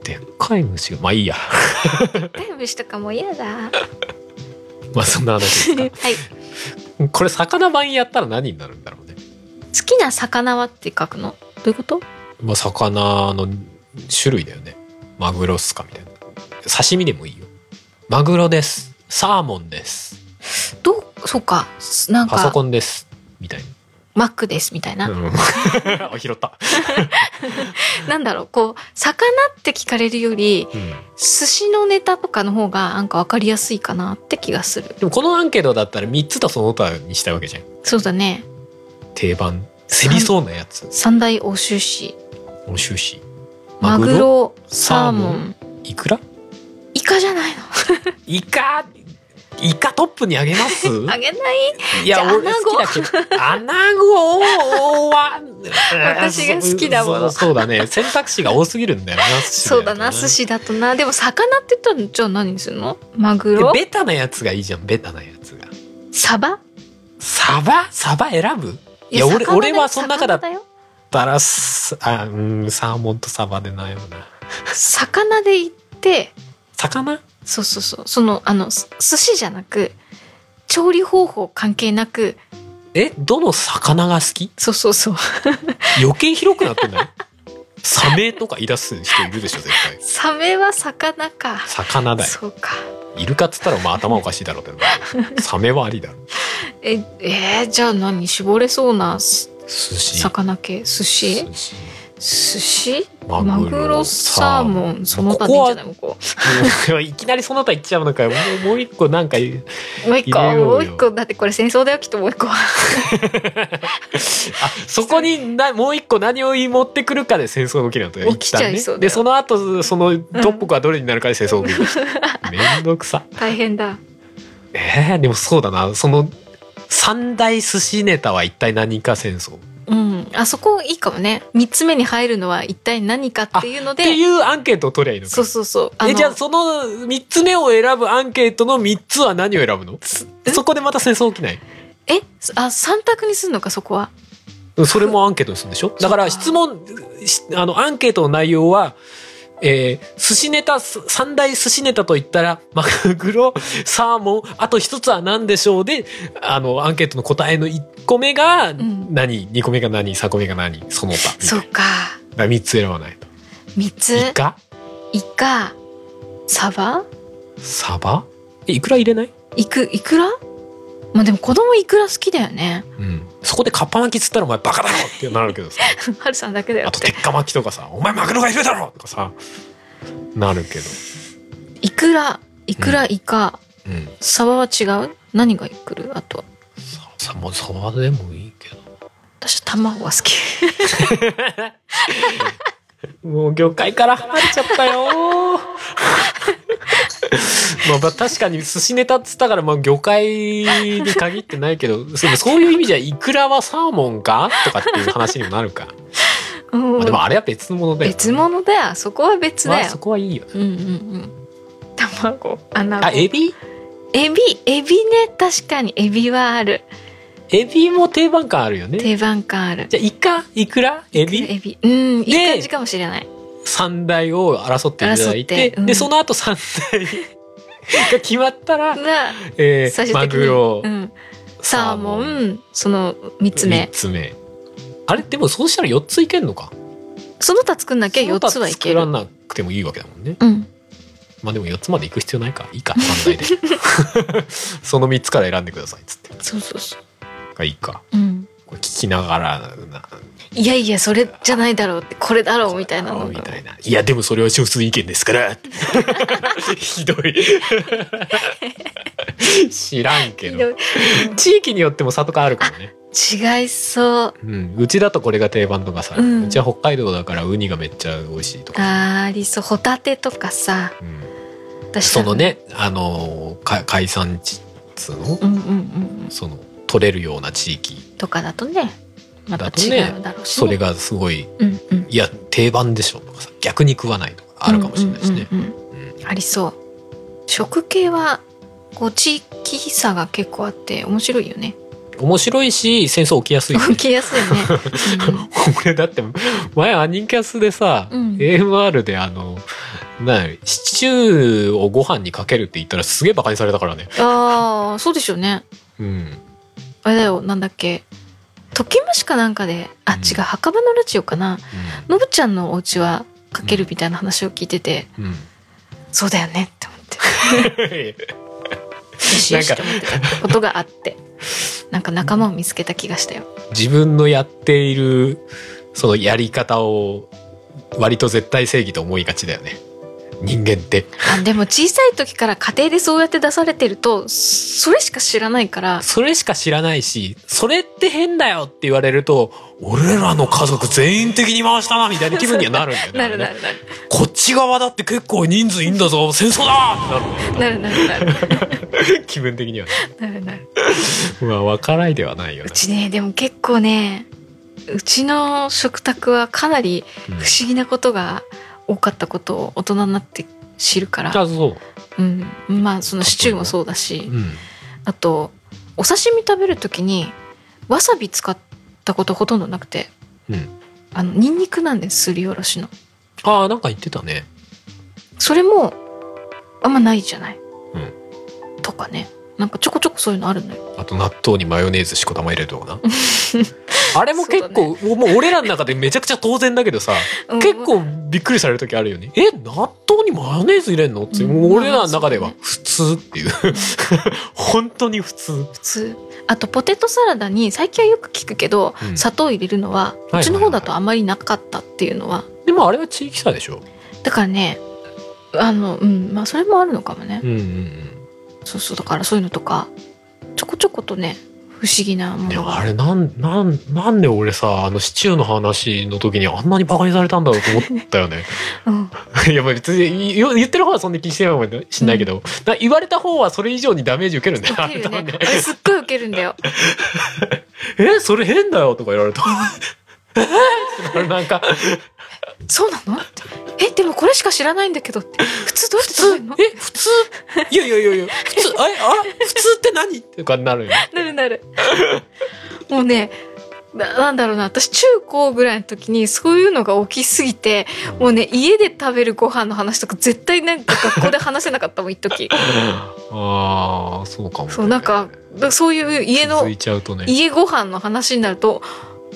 Speaker 1: でっかい虫がまあいいや
Speaker 2: タイムしとかもう嫌だは
Speaker 1: まあそんな話
Speaker 2: い
Speaker 1: ですかこれ魚版やったら何になるんだろうね
Speaker 2: 好きな魚はって書くのどういうこと
Speaker 1: まあ魚の種類だよねマグロっすかみたいな刺身でもいいよマグロですサーモンです
Speaker 2: どうそうかなん
Speaker 1: パソ
Speaker 2: か
Speaker 1: コンですみたい
Speaker 2: マックですみたいな、
Speaker 1: な、うん、 あ拾った、
Speaker 2: なんだろうこう魚って聞かれるより
Speaker 1: うん
Speaker 2: 寿司のネタとかの方がなんか分かりやすいかなって気がする
Speaker 1: でもこのアンケートだったら3つとその他にしたいわけじゃん
Speaker 2: そうだね
Speaker 1: 定番競りそうなやつ
Speaker 2: 三大欧州市
Speaker 1: 欧州市
Speaker 2: マグロサ
Speaker 1: サ
Speaker 2: ー
Speaker 1: ー
Speaker 2: モ
Speaker 1: モン
Speaker 2: ン
Speaker 1: いくら
Speaker 2: イカじゃないの
Speaker 1: イカイカトップにあげます
Speaker 2: あげない
Speaker 1: い
Speaker 2: じゃあ
Speaker 1: や俺好きだけどアナゴは
Speaker 2: 私が好きだもの
Speaker 1: そうそうだね選択肢が多すぎるんだよ な寿司
Speaker 2: そうだな寿司だとなでも魚って言ったらじゃあ何にするのマグロ
Speaker 1: でベタなやつがいいじゃんベタなやつが
Speaker 2: サバ
Speaker 1: サバサバ選ぶいや俺
Speaker 2: 魚だよ
Speaker 1: 俺はその中だ
Speaker 2: 魚よ
Speaker 1: バラスあうんサーモンとサバで悩むな
Speaker 2: 魚で言って
Speaker 1: 魚
Speaker 2: そうそうそうそのあのす寿司じゃなく調理方法関係なく
Speaker 1: えどの魚が好き
Speaker 2: そうそうそう
Speaker 1: 余計広くなって ないサメとか言い出す人いるでしょ絶対
Speaker 2: サメは魚か
Speaker 1: 魚だよ
Speaker 2: そうか
Speaker 1: イルカっつったらまあ頭おかしいだろうけどサメはあ りだろ
Speaker 2: ええーじゃあ何絞れそうなす
Speaker 1: 寿司
Speaker 2: 魚系寿司
Speaker 1: 寿司
Speaker 2: 寿司
Speaker 1: マ
Speaker 2: マグロサーモンその他でいいんじゃないもうこ
Speaker 1: ンいきなりその他行っちゃうのかよもうもう一個なんかあ
Speaker 2: うもう一個
Speaker 1: 入れようよ
Speaker 2: もう一個だってこれ戦争だよきっともう 一個は
Speaker 1: そこになもう一個何を持ってくるかで戦争が起きるのと
Speaker 2: 起きちゃいそうだ
Speaker 1: 一旦ねで
Speaker 2: よ
Speaker 1: その後そのトップがどれになるかで戦争が起きる、めんどくさ
Speaker 2: 大変だ
Speaker 1: えー、でもそうだなその三大寿司ネタは一体何か戦争っ
Speaker 2: うんあそこいいかもね三つ目に入るのは一体何かっていうの
Speaker 1: て
Speaker 2: で
Speaker 1: いうアンケートを取りゃいいのか
Speaker 2: そうそうそうあ
Speaker 1: え
Speaker 2: の
Speaker 1: じゃあその3つ目を選ぶアンケートの3つは何を選ぶのそこでまた戦争起きない
Speaker 2: えあ三択にすんのかそこは
Speaker 1: それもアンケートにするんでしょだから質問しあのアンケートの内容は、えー寿司ネタす三大寿司ネタといったらマグロサーモンあと一つは何でしょうであのアンケートの答えの1個目が
Speaker 2: ん
Speaker 1: 何、二2個目が何3個目が何その他みた
Speaker 2: そ
Speaker 1: いうな
Speaker 2: か
Speaker 1: だから3つ選ばないと
Speaker 2: 三つ
Speaker 1: イカ
Speaker 2: イカサバ
Speaker 1: サバえいくら入れない
Speaker 2: いくいくらまあでも子供いくら好きだ よね
Speaker 1: うん、そこでカッパ巻きつったらお前バカだろってなるけ どさ
Speaker 2: はるさんだけだよ
Speaker 1: あ
Speaker 2: っ
Speaker 1: と
Speaker 2: て
Speaker 1: 鉄火巻きとかさお前マグロがいるだろとかさなるけど、
Speaker 2: いくらいくら
Speaker 1: う
Speaker 2: イカ、
Speaker 1: うん、
Speaker 2: サバは違う何が来るあとは
Speaker 1: ささもうそばでもいいけ
Speaker 2: 私卵が好 き
Speaker 1: どもう魚介から離れちゃったよ まあまあ確かに寿司ネタっつったからまあ魚介に限ってないけどでもそういう意味じゃイクラはサーモンかとかっていう話にもなるか、
Speaker 2: うん、
Speaker 1: まあ、でもあれは別のものだよ
Speaker 2: 別物だよそこは別
Speaker 1: ま
Speaker 2: だ
Speaker 1: あ
Speaker 2: よ、
Speaker 1: そこはいいよ
Speaker 2: うんうんうん卵穴
Speaker 1: あエビ
Speaker 2: エビエビね確かにエビはある
Speaker 1: エビも定番感あるよね
Speaker 2: 定番感ある
Speaker 1: じゃあイカイクラエビ
Speaker 2: エビうんいい
Speaker 1: で
Speaker 2: 感じかもしれない
Speaker 1: 三大を争っていただい
Speaker 2: 争って
Speaker 1: て、
Speaker 2: うん
Speaker 1: でその後三大 が決まったら、
Speaker 2: が
Speaker 1: え
Speaker 2: 最
Speaker 1: ー、
Speaker 2: 終
Speaker 1: マ
Speaker 2: 的に
Speaker 1: グロ、
Speaker 2: うん、サーモ
Speaker 1: 三
Speaker 2: ンその3つ目
Speaker 1: つ目あれでもそうしたら四ついけんのか
Speaker 2: その他作んなきゃ
Speaker 1: その
Speaker 2: 4
Speaker 1: 他
Speaker 2: つはいけ
Speaker 1: 作ら
Speaker 2: る
Speaker 1: なくてもいいわけだもんね
Speaker 2: うん
Speaker 1: まあでも四つまで行く必要ないかいいか三大で その三つから選んでくださいっつって
Speaker 2: そうそうそう
Speaker 1: がいいか
Speaker 2: うん
Speaker 1: これ聞きながらない
Speaker 2: やいやそれじゃないだろうってこれだろうみたいなの
Speaker 1: みたいないやでもそれは少数意見ですから ひどい 知らんけ
Speaker 2: ひ
Speaker 1: ど
Speaker 2: どい
Speaker 1: 地域によっても差とかあるからね。
Speaker 2: 違いそ
Speaker 1: う
Speaker 2: う
Speaker 1: ん、うちだとこれが定番とかさ、
Speaker 2: う
Speaker 1: うんちは北海道だからウニがめっちゃ美味しいとか、
Speaker 2: あーありそうホタテとかさ
Speaker 1: うん、
Speaker 2: 私
Speaker 1: そのねあのーか海産地っつうの、
Speaker 2: うんうんうんうん
Speaker 1: その取れるような地域
Speaker 2: とかだとねまた
Speaker 1: だと
Speaker 2: 違
Speaker 1: ね
Speaker 2: うだろうし
Speaker 1: そ
Speaker 2: ね、
Speaker 1: れがすごい
Speaker 2: うんうん
Speaker 1: いや定番でしょとかさ逆に食わないとかあるかもしれないしね、
Speaker 2: うんうんうんうんありそう食系はこう地域差が結構あって面白いよね
Speaker 1: 面白いし戦争起きや すいよね
Speaker 2: 起きやすいよ ね、
Speaker 1: 俺だって前アニキャスでさ、
Speaker 2: うん
Speaker 1: AMR であのなんやシチューをご飯にかけるって言ったらすげえバカにされたからね
Speaker 2: うん、ああそうでしょうね
Speaker 1: うん
Speaker 2: あれだよなんだっけときむしかなんかであ
Speaker 1: うん
Speaker 2: 違う墓場のラジオかなのぶちゃんのお家はかけるみたいな話を聞いてて、
Speaker 1: うん、 うん、
Speaker 2: そうだよねって 思ってよしよしと思ってたことがあってなんか仲間を見つけた気がしたよ
Speaker 1: 自分のやっているそのやり方を割と絶対正義と思いがちだよね人間って
Speaker 2: あでも小さい時から家庭でそうやって出されてるとそれしか知らないから
Speaker 1: それしか知らないしそれって変だよって言われると俺らの家族全員的に回したなみたいな気分にはなるんだよね
Speaker 2: なる
Speaker 1: あれね
Speaker 2: なるなる
Speaker 1: こっち側だって結構人数いんだぞ戦争だって
Speaker 2: なるなるなる
Speaker 1: なる気分的にはね
Speaker 2: なるなる
Speaker 1: まあ分からないではないよ
Speaker 2: う
Speaker 1: ね、
Speaker 2: ちねでも結構ねうちの食卓はかなり
Speaker 1: うん
Speaker 2: 不思議なことが多かったことを大人になって知るから、
Speaker 1: あそう
Speaker 2: うん、まあそのシチューもそうだし
Speaker 1: うん
Speaker 2: あとお刺身食べる時にわさび使ったことほとんどなくて
Speaker 1: うん
Speaker 2: あのニンニクなんですすりおろしの
Speaker 1: ああなんか言ってたね
Speaker 2: それもあんまないじゃない、
Speaker 1: うん
Speaker 2: とかねなんかちょこちょこそういうのあるのよ
Speaker 1: あと納豆にマヨネーズしこたま入れるとかな あれも結構
Speaker 2: そ
Speaker 1: もう俺らの中でめちゃくちゃ当然だけどさ結構びっくりされる時あるよねえ納豆にマヨネーズ入れんのって、
Speaker 2: うん
Speaker 1: もう俺らの中では
Speaker 2: ま
Speaker 1: 普通って いう本当に普通
Speaker 2: 普通あとポテトサラダに最近はよく聞くけど、
Speaker 1: うん
Speaker 2: 砂糖入れるのは
Speaker 1: いう
Speaker 2: ちの方だとあまりなかったっていうのは
Speaker 1: でもあれは地域差でしょ
Speaker 2: だからねあのうんまあそれもあるのかもね、
Speaker 1: うんうんうん
Speaker 2: そうそうだからそういうのとかちょこちょことね不思議なも
Speaker 1: で
Speaker 2: の
Speaker 1: も
Speaker 2: が
Speaker 1: あれなんなんなんで俺さあのシチューの話の時にあんなにバカにされたんだろうと思ったよね
Speaker 2: うん、
Speaker 1: いやまあ別に言言ってる方はそんな気にしてないかもしんないけど、な言われた方はそれ以上にダメージ受けるんだよ
Speaker 2: 受 けるよ
Speaker 1: あれ
Speaker 2: ね
Speaker 1: 多分
Speaker 2: あれすっごい受けるんだよ
Speaker 1: えそれ変だよとか言われた えってなるなんか
Speaker 2: そうなのってえでもこれしか知らないんだけどって普通どうやって食べるの
Speaker 1: え普通いやいやいやいや普通あれあれ普通って何とかになるよ
Speaker 2: なるなる。もうね、ななんだろうな、私中高ぐらいの時にそういうのが起きすぎて、もうね、家で食べるご飯の話とか絶対なんか学校で話せなかったもん、一時。
Speaker 1: ああそうかもね、
Speaker 2: そう、なんか、だそういう家の
Speaker 1: 続い、ちゃうとね
Speaker 2: 家ご飯の話になると、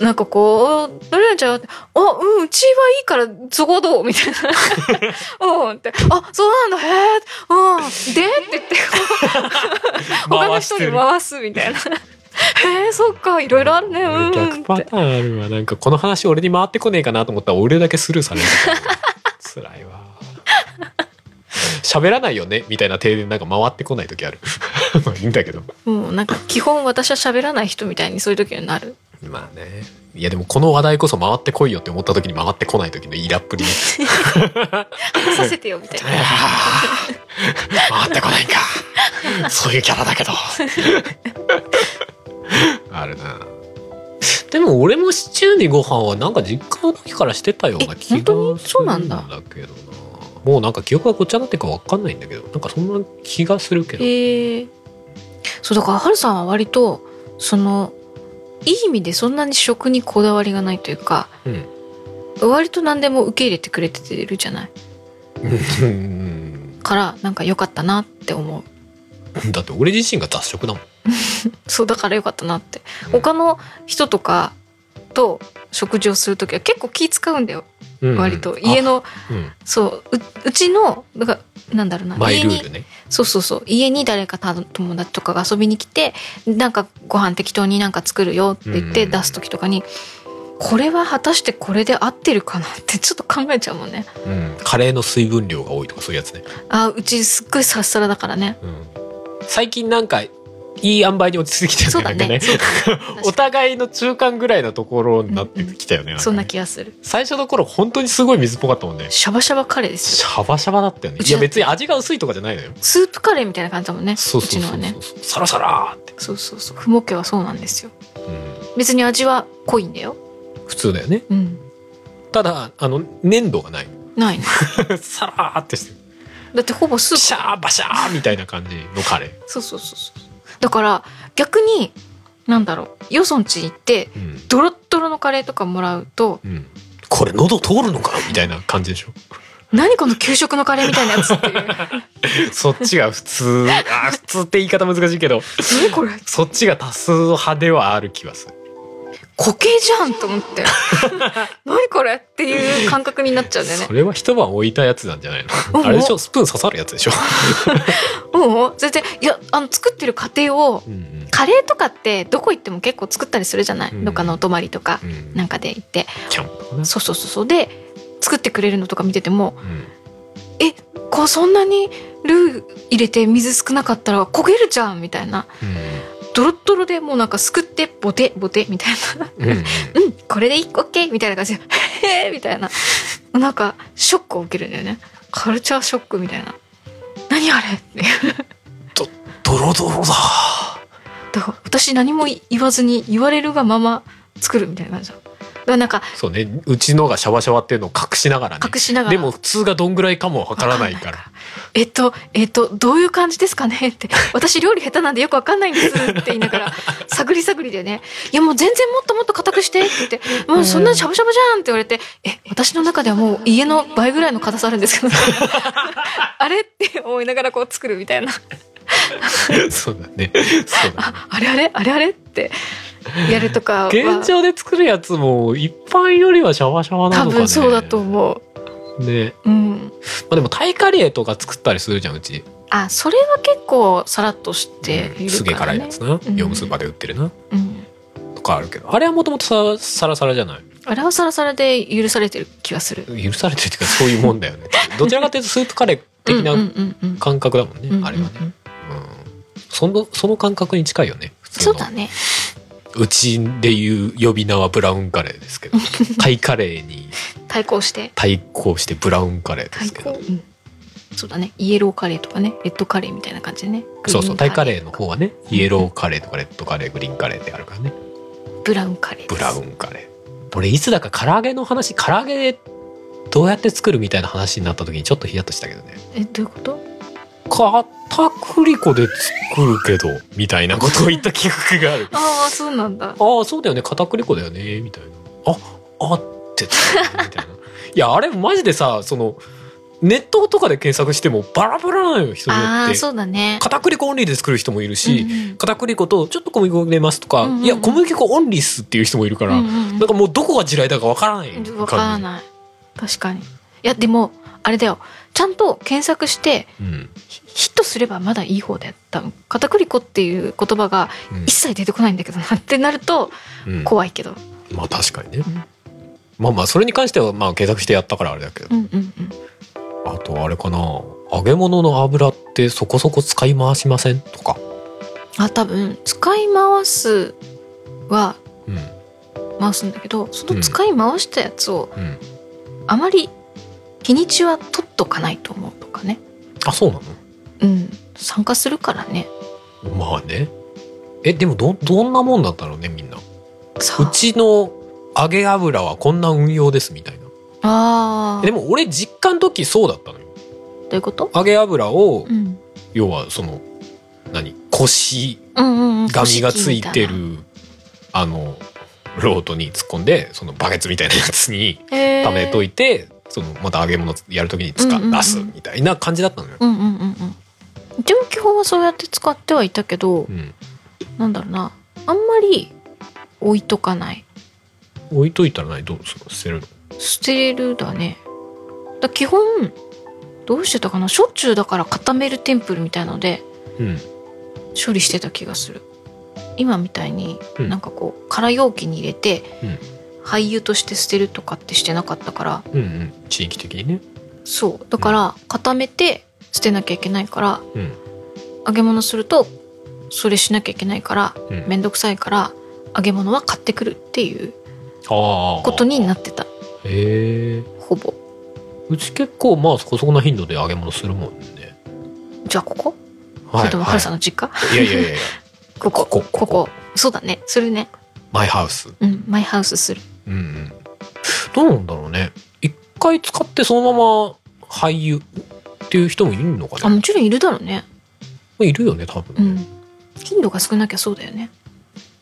Speaker 2: なんかこう、誰々ちゃん、あ、うん、うちはいいから、そこどうみたい な。うんって、あ、そうなんだ、へえ、うん、でって言 って、他の人に回すみたいな。 へえ、そっか、いろいろあるね、うん、うんって。
Speaker 1: 逆パターンあるわなんかこの話俺に回ってこねえかなと思ったら俺だけスルーされる 辛いわ喋らないよねみたいな停電なんか回ってこない時ある まあいいんだけど
Speaker 2: もうなんか基本私は喋らない人みたいにそういう時にな る。
Speaker 1: まあねいやでもこの話題こそ回ってこいよって思った時に回ってこない時のイラっぷり
Speaker 2: 話させてよみたい な。
Speaker 1: 回ってこないかそういうキャラだけど あるなでも俺もシチューにご飯はなんか実家の時からしてたような
Speaker 2: え
Speaker 1: 気がする
Speaker 2: 本当にそうなんだ
Speaker 1: けどなもうなんか記憶がごっちゃになってるかわかんないんだけどなんかそんな気がするけど
Speaker 2: へえ。そうだからはるさんは割とそのいい意味でそんなに食にこだわりがないというか、
Speaker 1: うん
Speaker 2: 割と何でも受け入れてくれてるじゃない。
Speaker 1: うん
Speaker 2: からなんか良かったなって思う。
Speaker 1: だって俺自身が雑食だもん
Speaker 2: そうだから良かったなって。
Speaker 1: うん
Speaker 2: 他の人とかと食事をする時は結構気使うんだよ。
Speaker 1: うんうん
Speaker 2: 割と家の
Speaker 1: あうん
Speaker 2: そうううちのだからなんだろうな
Speaker 1: マイ
Speaker 2: 家
Speaker 1: ル
Speaker 2: に
Speaker 1: ールね
Speaker 2: そうそうそう家に誰かた友達とかが遊びに来てなんかご飯適当になんか作るよって言っ
Speaker 1: う
Speaker 2: て
Speaker 1: ん
Speaker 2: 出す時とかに、これは果たしてこれで合ってるかなってちょっと考えちゃうもんね
Speaker 1: うんカレーの水分量が多いとかそういうやつね
Speaker 2: あうちすっごいサラサラだからね
Speaker 1: うん最近なんかいい塩梅に落ち着いてきてる
Speaker 2: そうだね
Speaker 1: なんか
Speaker 2: そうだね確か に
Speaker 1: お互いの中間ぐらいのところになってきたよね,、
Speaker 2: そんな気がする
Speaker 1: 最初の頃本当にすごい水っぽかったもんね
Speaker 2: シャバシャバカレーです
Speaker 1: シ
Speaker 2: よ
Speaker 1: ャバシャバだったよね
Speaker 2: う
Speaker 1: い
Speaker 2: ちだ
Speaker 1: や
Speaker 2: って
Speaker 1: 別に味が薄いとかじゃないのよ
Speaker 2: スープカレーみたいな感じだもんね
Speaker 1: そうそう
Speaker 2: ち
Speaker 1: そうそ
Speaker 2: のは
Speaker 1: う、
Speaker 2: ね
Speaker 1: サラサラーって、
Speaker 2: そうそうそうふもけはそうなんですよ
Speaker 1: うん
Speaker 2: 別に味は濃いんだよ
Speaker 1: 普通だよね
Speaker 2: うん
Speaker 1: ただあの粘度がない
Speaker 2: ないね
Speaker 1: サラーってしてる
Speaker 2: だってほぼスープ
Speaker 1: シャーバシャーみたいな感じのカレー。
Speaker 2: そうそうそうそうだから逆になんだろうよそんち行って
Speaker 1: うん。
Speaker 2: ドロッドロのカレーとかもらうと
Speaker 1: うん。これ喉通るのかみたいな感じでしょ。
Speaker 2: 何この給食のカレーみたいなや つっていう
Speaker 1: そっちが普通、あー普通って言い方難しいけど、
Speaker 2: 何これ
Speaker 1: そっちが多数派ではある気はする。
Speaker 2: 固形じゃんと思って 何これっていう感覚になっちゃうんだよね
Speaker 1: それは一晩置いたやつなんじゃない
Speaker 2: おお
Speaker 1: のあれでしょスプーン刺さるやつでしょ
Speaker 2: うんうん全然いやあの作ってる過程を
Speaker 1: うんうん
Speaker 2: カレーとかってどこ行っても結構作ったりするじゃない、
Speaker 1: うん
Speaker 2: どっかのお泊まりとか
Speaker 1: うん
Speaker 2: なんかで行って
Speaker 1: キャンプかな
Speaker 2: そうそうそうそうで作ってくれるのとか見てても
Speaker 1: うん
Speaker 2: こうそんなにルー入れて水少なかったら焦げるじゃんみたいなドロッドロでもうなんかすくってボテボテみたいな
Speaker 1: うんうん
Speaker 2: 「うんこれでいいオッケー」みたいな感じで「へえ」みたいななんかショックを受けるんだよねカルチャーショックみたいな「何あれ?」って
Speaker 1: ドロドロだ
Speaker 2: だから私何も言わずに言われるがまま作るみたいな感じだだからなんか
Speaker 1: そうねうちのがシャワシャワっていうのを隠しながらね
Speaker 2: 隠しながら
Speaker 1: でも普通がどんぐらいかもわからない から
Speaker 2: えっと、えっと、どういう感じですかねって、 私料理下手なんでよくわかんないんですって言いながら、探り探りでね、いやもう全然もっともっと硬くしてって言って、もうそんなしゃぶしゃぶじゃんって言われて、え、私の中ではもう家の倍ぐらいの硬さあるん ですけど、あれって思いながらこう作るみたいな、
Speaker 1: そうだねそうだね
Speaker 2: ああれあれあれあれってやるとかは、
Speaker 1: 現状で作るやつも一般よりはシャワシャワな
Speaker 2: 多
Speaker 1: のかね
Speaker 2: 分そうだと思う。
Speaker 1: うね
Speaker 2: うん。
Speaker 1: まあでもタイカレーとか作ったりするじゃんうち
Speaker 2: あ、それは結構さらっとしているから、ね。
Speaker 1: すげえ辛いやつな業
Speaker 2: ん
Speaker 1: 務スーパーで売ってるな
Speaker 2: うん。
Speaker 1: とかあるけどあれはもともとさサラサラじゃない
Speaker 2: あれはサラサラで許されてる気がする。
Speaker 1: 許されてるっていうかそういうもんだよ ねどちらかというとスープカレー的
Speaker 2: うんうん
Speaker 1: な
Speaker 2: うんうん
Speaker 1: 感覚だもんね、あれはね、
Speaker 2: うんうんうん
Speaker 1: うん、そのその感覚に近いよね普通
Speaker 2: そ
Speaker 1: の
Speaker 2: うだね
Speaker 1: うちでいう呼び名はブラウンカレーです けどタイカレーに
Speaker 2: 対抗して
Speaker 1: 対抗してブラウンカレーで
Speaker 2: 対
Speaker 1: すけ
Speaker 2: 抗、
Speaker 1: ど
Speaker 2: うん、そうだねイエローカレーとかねレッドカレーみたいな感じでね
Speaker 1: そうそうタイカレーの方
Speaker 2: は
Speaker 1: はねイエローカレーとかレッドカレーグリーンカレーってあるからね
Speaker 2: ブラウンカレー
Speaker 1: ブラウンカレー俺いつだか唐揚げの話唐揚げどうやって作るみたいな話になった時にちょっとヒヤッとしたけどね
Speaker 2: えどういうこと
Speaker 1: 片栗粉で作るけどみたいなことを言った記憶がある
Speaker 2: ああそうなんだ
Speaker 1: ああそうだよね片栗粉だよねみたいなああってたみたいない やあれマジでさそのネットとかで検索してもバラバラなのよ人によ
Speaker 2: あ
Speaker 1: っ
Speaker 2: あ
Speaker 1: て
Speaker 2: そうだね
Speaker 1: 片栗粉オンリーで作る人もいるし、
Speaker 2: うんうん
Speaker 1: 片栗粉とちょっと小麦粉を入れますとか、
Speaker 2: うんうんうん
Speaker 1: いや小麦粉オンリーっすっていう人もいるから、
Speaker 2: うんうんうん
Speaker 1: なんかもうどこが地雷だかわからない感じ
Speaker 2: わからない確かにいやでもあれだよちゃんと検索して
Speaker 1: うん
Speaker 2: ヒヒットすればまだいい方だよ多分片栗粉っていう言葉が
Speaker 1: うん
Speaker 2: 一切出てこないんだけどなってなると
Speaker 1: うん
Speaker 2: 怖いけど、
Speaker 1: まあ確かにね、
Speaker 2: ん
Speaker 1: まあまあそれに関してはまあ検索してやったからあれだけど、
Speaker 2: うんうんうん
Speaker 1: あとあれかな揚げ物の油ってそこそこ使い回しませんとか、
Speaker 2: あ多分使い回すは
Speaker 1: うん
Speaker 2: 回すんだけどその使い回したやつを
Speaker 1: うん、
Speaker 2: あまり日にちは取っとかないと思うとかね
Speaker 1: あそうなの
Speaker 2: うん酸化するからね
Speaker 1: まあねえでもどどんなもんだったろうねみんなう
Speaker 2: さあ
Speaker 1: ちの揚げ油はこんな運用ですみたいな
Speaker 2: あー
Speaker 1: でも俺実家の時そうだったのよ
Speaker 2: どういうこと、
Speaker 1: 揚げ油を、
Speaker 2: うん、
Speaker 1: 要はその何腰
Speaker 2: うんうんうん
Speaker 1: 紙がついて
Speaker 2: 古式み
Speaker 1: るあのロートに突っ込んでそのバケツみたいなやつに
Speaker 2: たいなへー
Speaker 1: 溜めといて、そのまた揚げ物やる時に使、
Speaker 2: うんうんうん
Speaker 1: 出すみたいな感じだったのよ、
Speaker 2: うんうんうんうんうちも基本はそうやって使ってはいたけど
Speaker 1: うん、
Speaker 2: なんだろうなあんまり置いとかない
Speaker 1: 置いといたら何どうするの捨てるの
Speaker 2: 捨てるだねだ基本どうしてたかなしょっちゅうだから固めるテンプルみたいので
Speaker 1: うん
Speaker 2: 処理してた気がする今みたいに
Speaker 1: うん
Speaker 2: なんかこう空容器に入れて、
Speaker 1: うん
Speaker 2: 廃油として捨てるとかってしてなかったから
Speaker 1: うんうん地域的にね
Speaker 2: そうだから固めて捨てなきゃいけないから
Speaker 1: うん
Speaker 2: 揚げ物するとそれしなきゃいけないから
Speaker 1: うん
Speaker 2: 面倒くさいから揚げ物は買ってくるっていう
Speaker 1: ああ
Speaker 2: ことになってた
Speaker 1: へえ
Speaker 2: ほぼ
Speaker 1: うち結構まあそこそこな頻度で揚げ物するもんね
Speaker 2: じゃあここ、
Speaker 1: は
Speaker 2: それともハルさん
Speaker 1: は
Speaker 2: の実家、
Speaker 1: い、いやいやいやいや
Speaker 2: ここ
Speaker 1: ここ
Speaker 2: ここそうだねするね
Speaker 1: マイハウス
Speaker 2: うんマイハウスする
Speaker 1: うんうんどうなんだろうね一回使ってそのまま廃油っっていう人もいるの
Speaker 2: あ
Speaker 1: かな
Speaker 2: もちろんいるだろうね
Speaker 1: いるよね多分、
Speaker 2: うん頻度が少なきゃそうだよね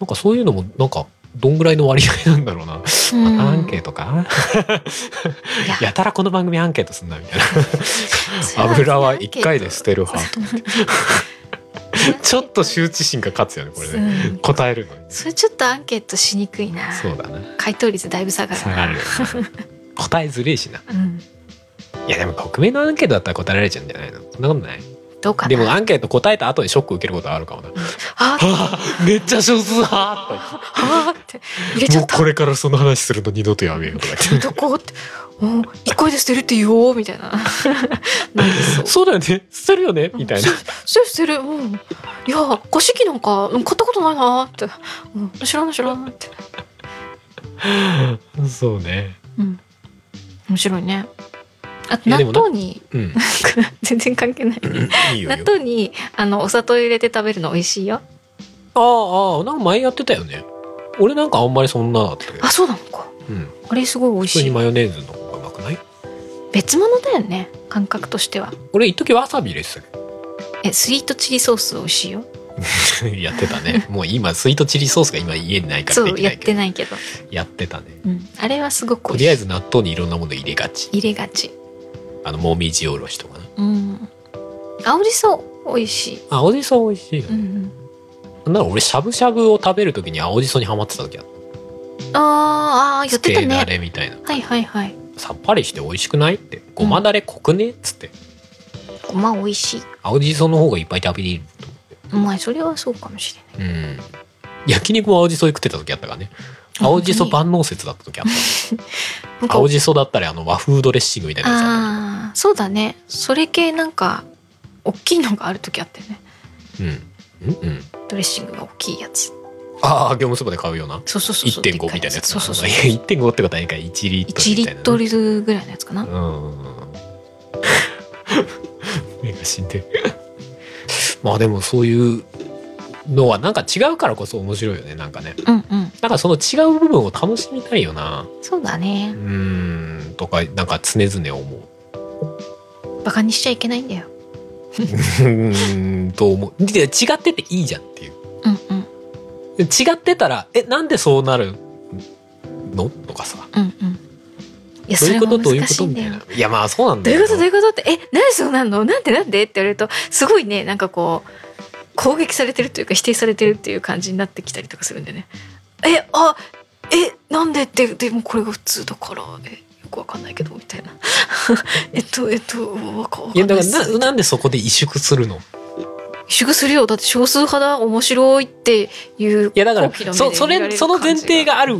Speaker 1: なんかそういうのもなんかどんぐらいの割合なんだろうな、
Speaker 2: うん
Speaker 1: アンケートか
Speaker 2: いや
Speaker 1: やたらこの番組アンケートすんなみたいな
Speaker 2: それ
Speaker 1: 油は
Speaker 2: アンケート
Speaker 1: 1回で捨てる派
Speaker 2: そう
Speaker 1: ちょっと羞恥心が勝つよねこれね、
Speaker 2: うん
Speaker 1: 答えるのに
Speaker 2: それちょっとアンケートしにくいな
Speaker 1: そうだね
Speaker 2: 回答率だいぶ下がる
Speaker 1: 下がるよね答えずれえしな
Speaker 2: うん
Speaker 1: いやでも匿名のアンケートだったら答えられちゃうんじゃないのそんなことない
Speaker 2: どうかな
Speaker 1: でもアンケート答えた後にショック受けることはある かもな
Speaker 2: あー
Speaker 1: はあめっちゃ少数派とか
Speaker 2: あーって入
Speaker 1: 言
Speaker 2: れ
Speaker 1: っ
Speaker 2: ち
Speaker 1: て
Speaker 2: ゃ
Speaker 1: も
Speaker 2: っ
Speaker 1: う
Speaker 2: た
Speaker 1: これからその話するの二度とやめようとか言って
Speaker 2: どこってお一回で捨てるって言おうみた いななりそう
Speaker 1: そうだよね捨てるよねみたいな
Speaker 2: 捨てる捨てるうんいや古式なんかうん買ったことないなーって、うん、知らない知らないって
Speaker 1: そうね
Speaker 2: うん面白いねあと
Speaker 1: いやで
Speaker 2: 納
Speaker 1: もな
Speaker 2: 豆に
Speaker 1: うん
Speaker 2: なんか全然関係ない
Speaker 1: いいよいい
Speaker 2: 納
Speaker 1: よ
Speaker 2: 豆にあのお砂糖入れて食べるの美味しいよ
Speaker 1: ああああなんか前やってたよね俺なんかあんまりそんなだったけど
Speaker 2: あ、そうなのか
Speaker 1: うん、
Speaker 2: あれすごい美味
Speaker 1: 普通
Speaker 2: し
Speaker 1: に
Speaker 2: い
Speaker 1: マヨネーズの方がうまくない
Speaker 2: 別物だよね感覚としては
Speaker 1: 俺一時わさび入れてたけど
Speaker 2: えスイートチリソース美味しいよ
Speaker 1: やってたねもう今スイートチリソースが今家にないから
Speaker 2: そ
Speaker 1: で
Speaker 2: う
Speaker 1: き
Speaker 2: や
Speaker 1: な
Speaker 2: っ
Speaker 1: いけ
Speaker 2: て
Speaker 1: ど
Speaker 2: ないけど、
Speaker 1: やってたね
Speaker 2: うん、あれはすごく
Speaker 1: と
Speaker 2: 美味しい
Speaker 1: りあえず納豆にいろんなもの入れがち
Speaker 2: 入れがち
Speaker 1: あのもみじおろしとかね
Speaker 2: うん青じそ美味しい
Speaker 1: あ青じそ美味しいよ
Speaker 2: う
Speaker 1: ね、
Speaker 2: ん
Speaker 1: なんなら俺しゃぶしゃぶを食べる時に青じそにハマってた時あった
Speaker 2: あーあーやってた
Speaker 1: つけだ
Speaker 2: ね
Speaker 1: れみたいな
Speaker 2: はいはいはい
Speaker 1: さっぱりして美味しくないってごまだれ濃くねっつって
Speaker 2: ごま美味しい
Speaker 1: 青じその方がいっぱい食べれると
Speaker 2: まあそれはそうかもしれな
Speaker 1: う
Speaker 2: い
Speaker 1: ん焼肉も青じそで食ってた時あったからね
Speaker 2: あ
Speaker 1: 青じそ
Speaker 2: 本当
Speaker 1: 万能説だった時あった
Speaker 2: なんか
Speaker 1: 青じそだったりあの和風ドレッシングみたいなやつある
Speaker 2: ああそうだねそれ系なんか大きいのがある時あったよね
Speaker 1: うんうんうん
Speaker 2: ドレッシングが大きいやつ
Speaker 1: ああ業務スーパーで買うような
Speaker 2: そうそうそうそう
Speaker 1: 1.5みたい
Speaker 2: でっか
Speaker 1: なやつ
Speaker 2: そうそうそう
Speaker 1: あの1.5ってことは何か1リットル
Speaker 2: 1
Speaker 1: みた
Speaker 2: リ
Speaker 1: いなね、
Speaker 2: ットルぐらいのやつかな、
Speaker 1: うんうんうん目が死んでるまあでもそういうのはなんか違うからこそ面白いよねなんかね
Speaker 2: うんうん
Speaker 1: なんかその違う部分を楽しみたいよな
Speaker 2: そうだ
Speaker 1: う
Speaker 2: ね
Speaker 1: ーんとかなんか常々思う
Speaker 2: バカにしちゃいけないんだよ
Speaker 1: うーんと思うで違ってていいじゃんっていう
Speaker 2: うんうん
Speaker 1: で違ってたらえなんでそうなるのとかさ
Speaker 2: うんうんいや
Speaker 1: どう
Speaker 2: そ
Speaker 1: い
Speaker 2: れ
Speaker 1: うこ
Speaker 2: も
Speaker 1: とどういう
Speaker 2: 難
Speaker 1: こ
Speaker 2: しい
Speaker 1: と
Speaker 2: ん
Speaker 1: み
Speaker 2: だ
Speaker 1: たい
Speaker 2: よ
Speaker 1: ないやまあそうなんだ
Speaker 2: どうい
Speaker 1: よ
Speaker 2: うことどういうことって、え、なんでそうなんのなんでなんでって言われると、すごいね、なんかこう、攻撃されてるというか、否定されてるっていう感じになってきたりとかするんでね。え、あ、え、なんでって、でもこれが普通だから、え、よくわかんないけど、みたいな。 えっと、えっと、わかわ
Speaker 1: い
Speaker 2: か
Speaker 1: や
Speaker 2: んな
Speaker 1: だ
Speaker 2: い
Speaker 1: か
Speaker 2: っ
Speaker 1: ら
Speaker 2: す。
Speaker 1: ななんでそこで萎縮するの
Speaker 2: 萎縮するよ。だって少数派だ、面白いっていう。
Speaker 1: いやだか
Speaker 2: 好奇
Speaker 1: ら
Speaker 2: の目
Speaker 1: そ
Speaker 2: で
Speaker 1: そ
Speaker 2: 見ら
Speaker 1: れ
Speaker 2: る
Speaker 1: その前提
Speaker 2: 感じが。
Speaker 1: がある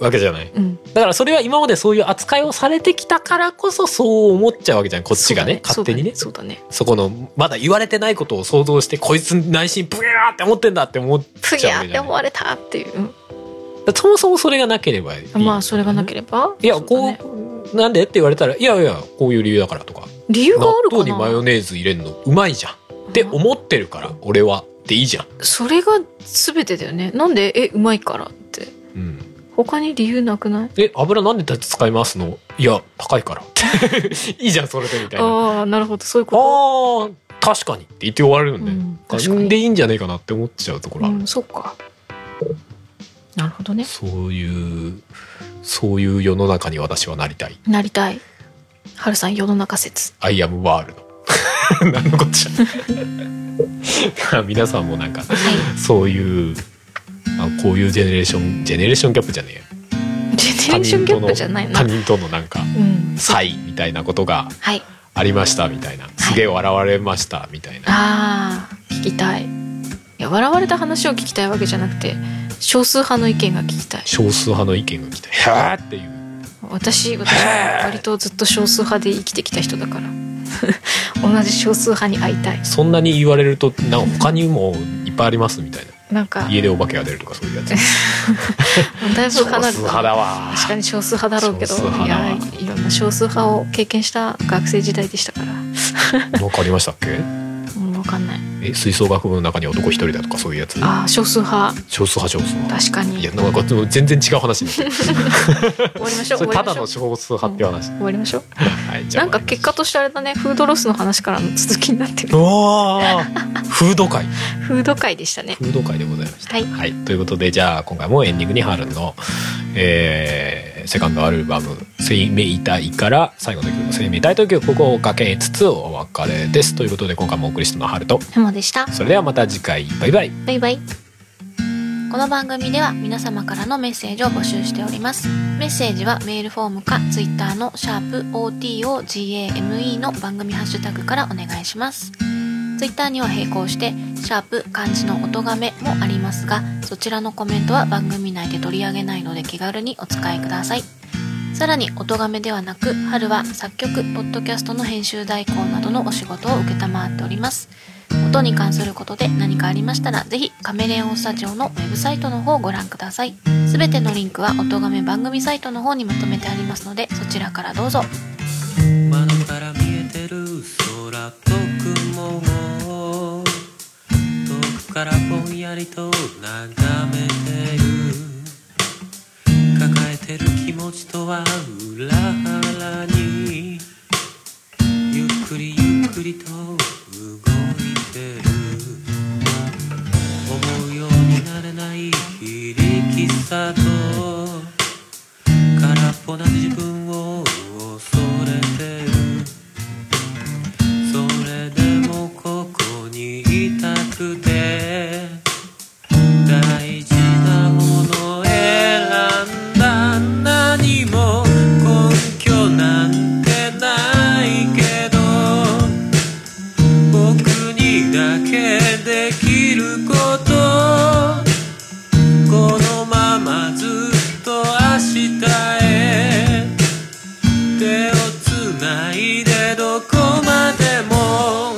Speaker 1: わけじゃない
Speaker 2: うん、
Speaker 1: だからそれは今までそういう扱いをされてきたからこそそう思っちゃうわけじゃんこっちがね
Speaker 2: そう
Speaker 1: 勝手
Speaker 2: だ
Speaker 1: にねそ
Speaker 2: そうだね。
Speaker 1: このまだ言われてないことを想像してこいつ内心ブヤーって思ってんだって思っ
Speaker 2: ふ
Speaker 1: ち
Speaker 2: に
Speaker 1: ゃうわ
Speaker 2: ゃっ
Speaker 1: けじ
Speaker 2: て
Speaker 1: ゃ
Speaker 2: 思
Speaker 1: な
Speaker 2: われたっていう。うん
Speaker 1: いそもそもそれがなければいい
Speaker 2: まあ、それがなければ。
Speaker 1: いや
Speaker 2: そうだね
Speaker 1: こうなんでって言われたらいやいやこういう理由だからとか
Speaker 2: 理由が
Speaker 1: 納
Speaker 2: あるかな
Speaker 1: 豆にマヨネーズ入れるのうまいじゃんって思ってるから俺はっていいじゃん、
Speaker 2: それが全てだよねなんでえうまいからって
Speaker 1: うん、
Speaker 2: 他に理由なくない
Speaker 1: え油なんで使いますのいや高いから いいじゃんそれでみたいな
Speaker 2: ああなるほどそういうこ
Speaker 1: あー確かにって言って終わるんで、
Speaker 2: うん
Speaker 1: か
Speaker 2: 確かに
Speaker 1: でいいんじゃねえかなって思っちゃうとことろある、
Speaker 2: うんそっかなるほどね
Speaker 1: そういうそういう世の中に私はなりたい
Speaker 2: なりたいはるさん世の中説
Speaker 1: アイアム ワールド何のこっちゃ 皆さんもなんか
Speaker 2: は
Speaker 1: そういうあこういうジェネレーションジェネレーションギャップじゃねえよ
Speaker 2: いジェネレーションギャップじゃないな
Speaker 1: 他
Speaker 2: う
Speaker 1: 人とのなんか
Speaker 2: ん
Speaker 1: 差異みたいなことが
Speaker 2: はい
Speaker 1: ありましたみたいなすげえ笑われましたみたいな、
Speaker 2: ああ聞きたいいや笑われた話を聞きたいわけじゃなくて少数派の意見が聞きたい
Speaker 1: 少数派の意見が来て「はあ」っていう
Speaker 2: 私私は割とずっと少数派で生きてきた人だから 同じ少数派に会いたい
Speaker 1: そんなに言われるとなんか他にもいっぱいありますみたいな
Speaker 2: なんか
Speaker 1: 家でお化けが出るとかそういう やつ
Speaker 2: だいぶ
Speaker 1: 少
Speaker 2: 離れ
Speaker 1: 数
Speaker 2: た
Speaker 1: 派だわ
Speaker 2: 確かに少数派だろうけど
Speaker 1: 少数
Speaker 2: い
Speaker 1: 派だわ
Speaker 2: やいろんな少数派を経験した学生時代でしたから
Speaker 1: なんかありましたっけ
Speaker 2: もう分かんない
Speaker 1: え吹奏楽部の中に男一人だとかそういうやつ
Speaker 2: ああ少数派
Speaker 1: 少数派少数派
Speaker 2: 確かに
Speaker 1: いやなんかでも全然違う話になって る
Speaker 2: 終わりましょう
Speaker 1: そ
Speaker 2: 終
Speaker 1: れ
Speaker 2: わ
Speaker 1: ただ
Speaker 2: りましょ
Speaker 1: の
Speaker 2: う
Speaker 1: 少数派っていう話、
Speaker 2: 終わりましょう
Speaker 1: はいじゃあ
Speaker 2: なんか結果としてあれだねフードロスの話からの続きになってる
Speaker 1: うわーフード会
Speaker 2: フード会でしたね
Speaker 1: フード会でございました
Speaker 2: はい
Speaker 1: ということでじゃあ今回もエンディングに春の、えーセカンドアルバム「生命体」から最後の曲「生命体」という曲をここかけつつお別れですということで今回もお送りしたのは春と
Speaker 2: ヘモでした
Speaker 1: それではまた次回バイバイ
Speaker 2: バイバイ
Speaker 3: この番組では皆様からのメッセージを募集しております。メッセージはメールフォームか Twitter のシャープ o t o g a m e の番組ハッシュタグからお願いします。Twitter には並行して、シャープ漢字の音がめもありますが、そちらのコメントは番組内で取り上げないので気軽にお使いください。さらに、音がめではなく、春は作曲、ポッドキャストの編集代行などのお仕事を承っております。音に関することで何かありましたら、ぜひカメレオンスタジオのウェブサイトの方をご覧ください。すべてのリンクは音亀番組サイトの方にまとめてありますので、そちらからどうぞ。
Speaker 4: 窓から見えてる空と雲を遠くからぼんやりと眺めてる抱えてる気持ちとは裏腹にゆっくりゆっくりと動いてる思うようになれない非力さと空っぽな自分を恐れてるそれでもここにいたくて大事なものを選んだ何も根拠なんてないけど僕にだけできることこのままずっと明日へ手をつないでどこまでも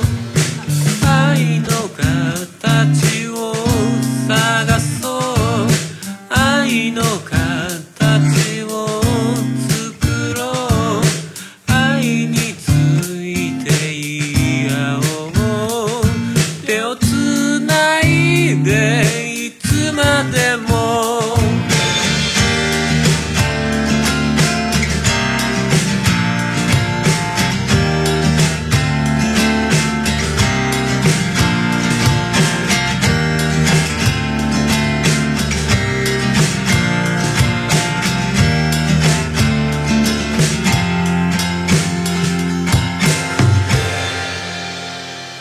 Speaker 4: 愛の形を探そう愛の形を作ろう愛についてい合おう手をつないでいつまでも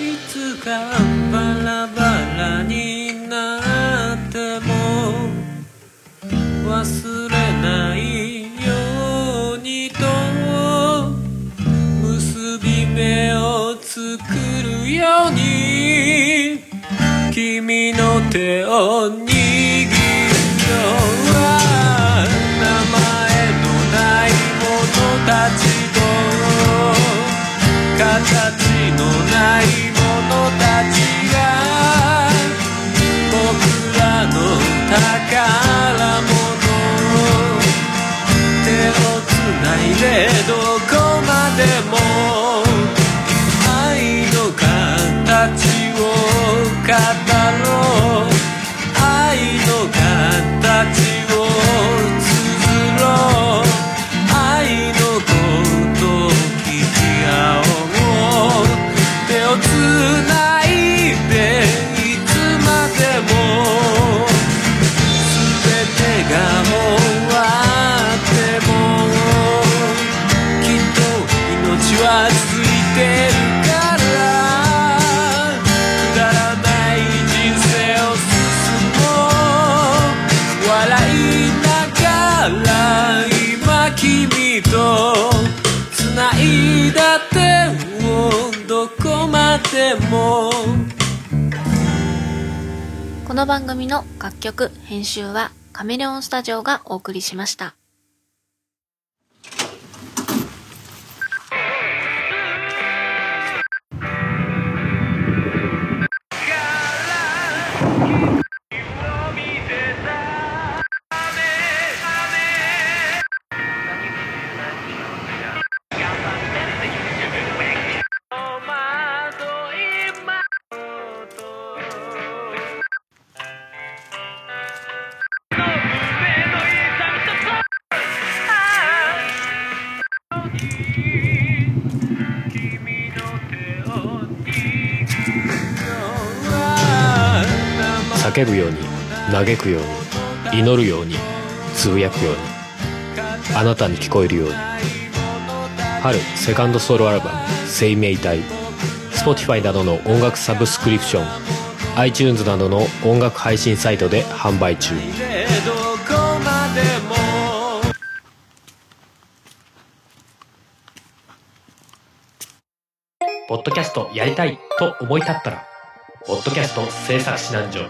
Speaker 4: いつかバラバラになっても忘れないようにと結び目を作るように君の手を握るよ名前のない者たちと形のないものたちが僕らの宝物手をつないでどこまでも愛の形を語ろう愛の形を綴ろう愛のことを聞き合おう手をつないでいつまでも全てが終わってもきっと命は続いてるからくだらない人生を進もう笑いながら今君と繋いだ手をどこまでも
Speaker 3: この番組の楽曲、編集はカメレオンスタジオがお送りしました。
Speaker 4: 戸惑いまと
Speaker 1: 叫ぶように嘆くように祈るようにつぶやくようにあなたに聞こえるように春セカンドソロアルバム「生命体」Spotify などの音楽サブスクリプション iTunes などの音楽配信サイトで販売中
Speaker 4: れどこまでも
Speaker 1: ポッドキャストやりたいと思い立ったら「ポッドキャスト制作指南所」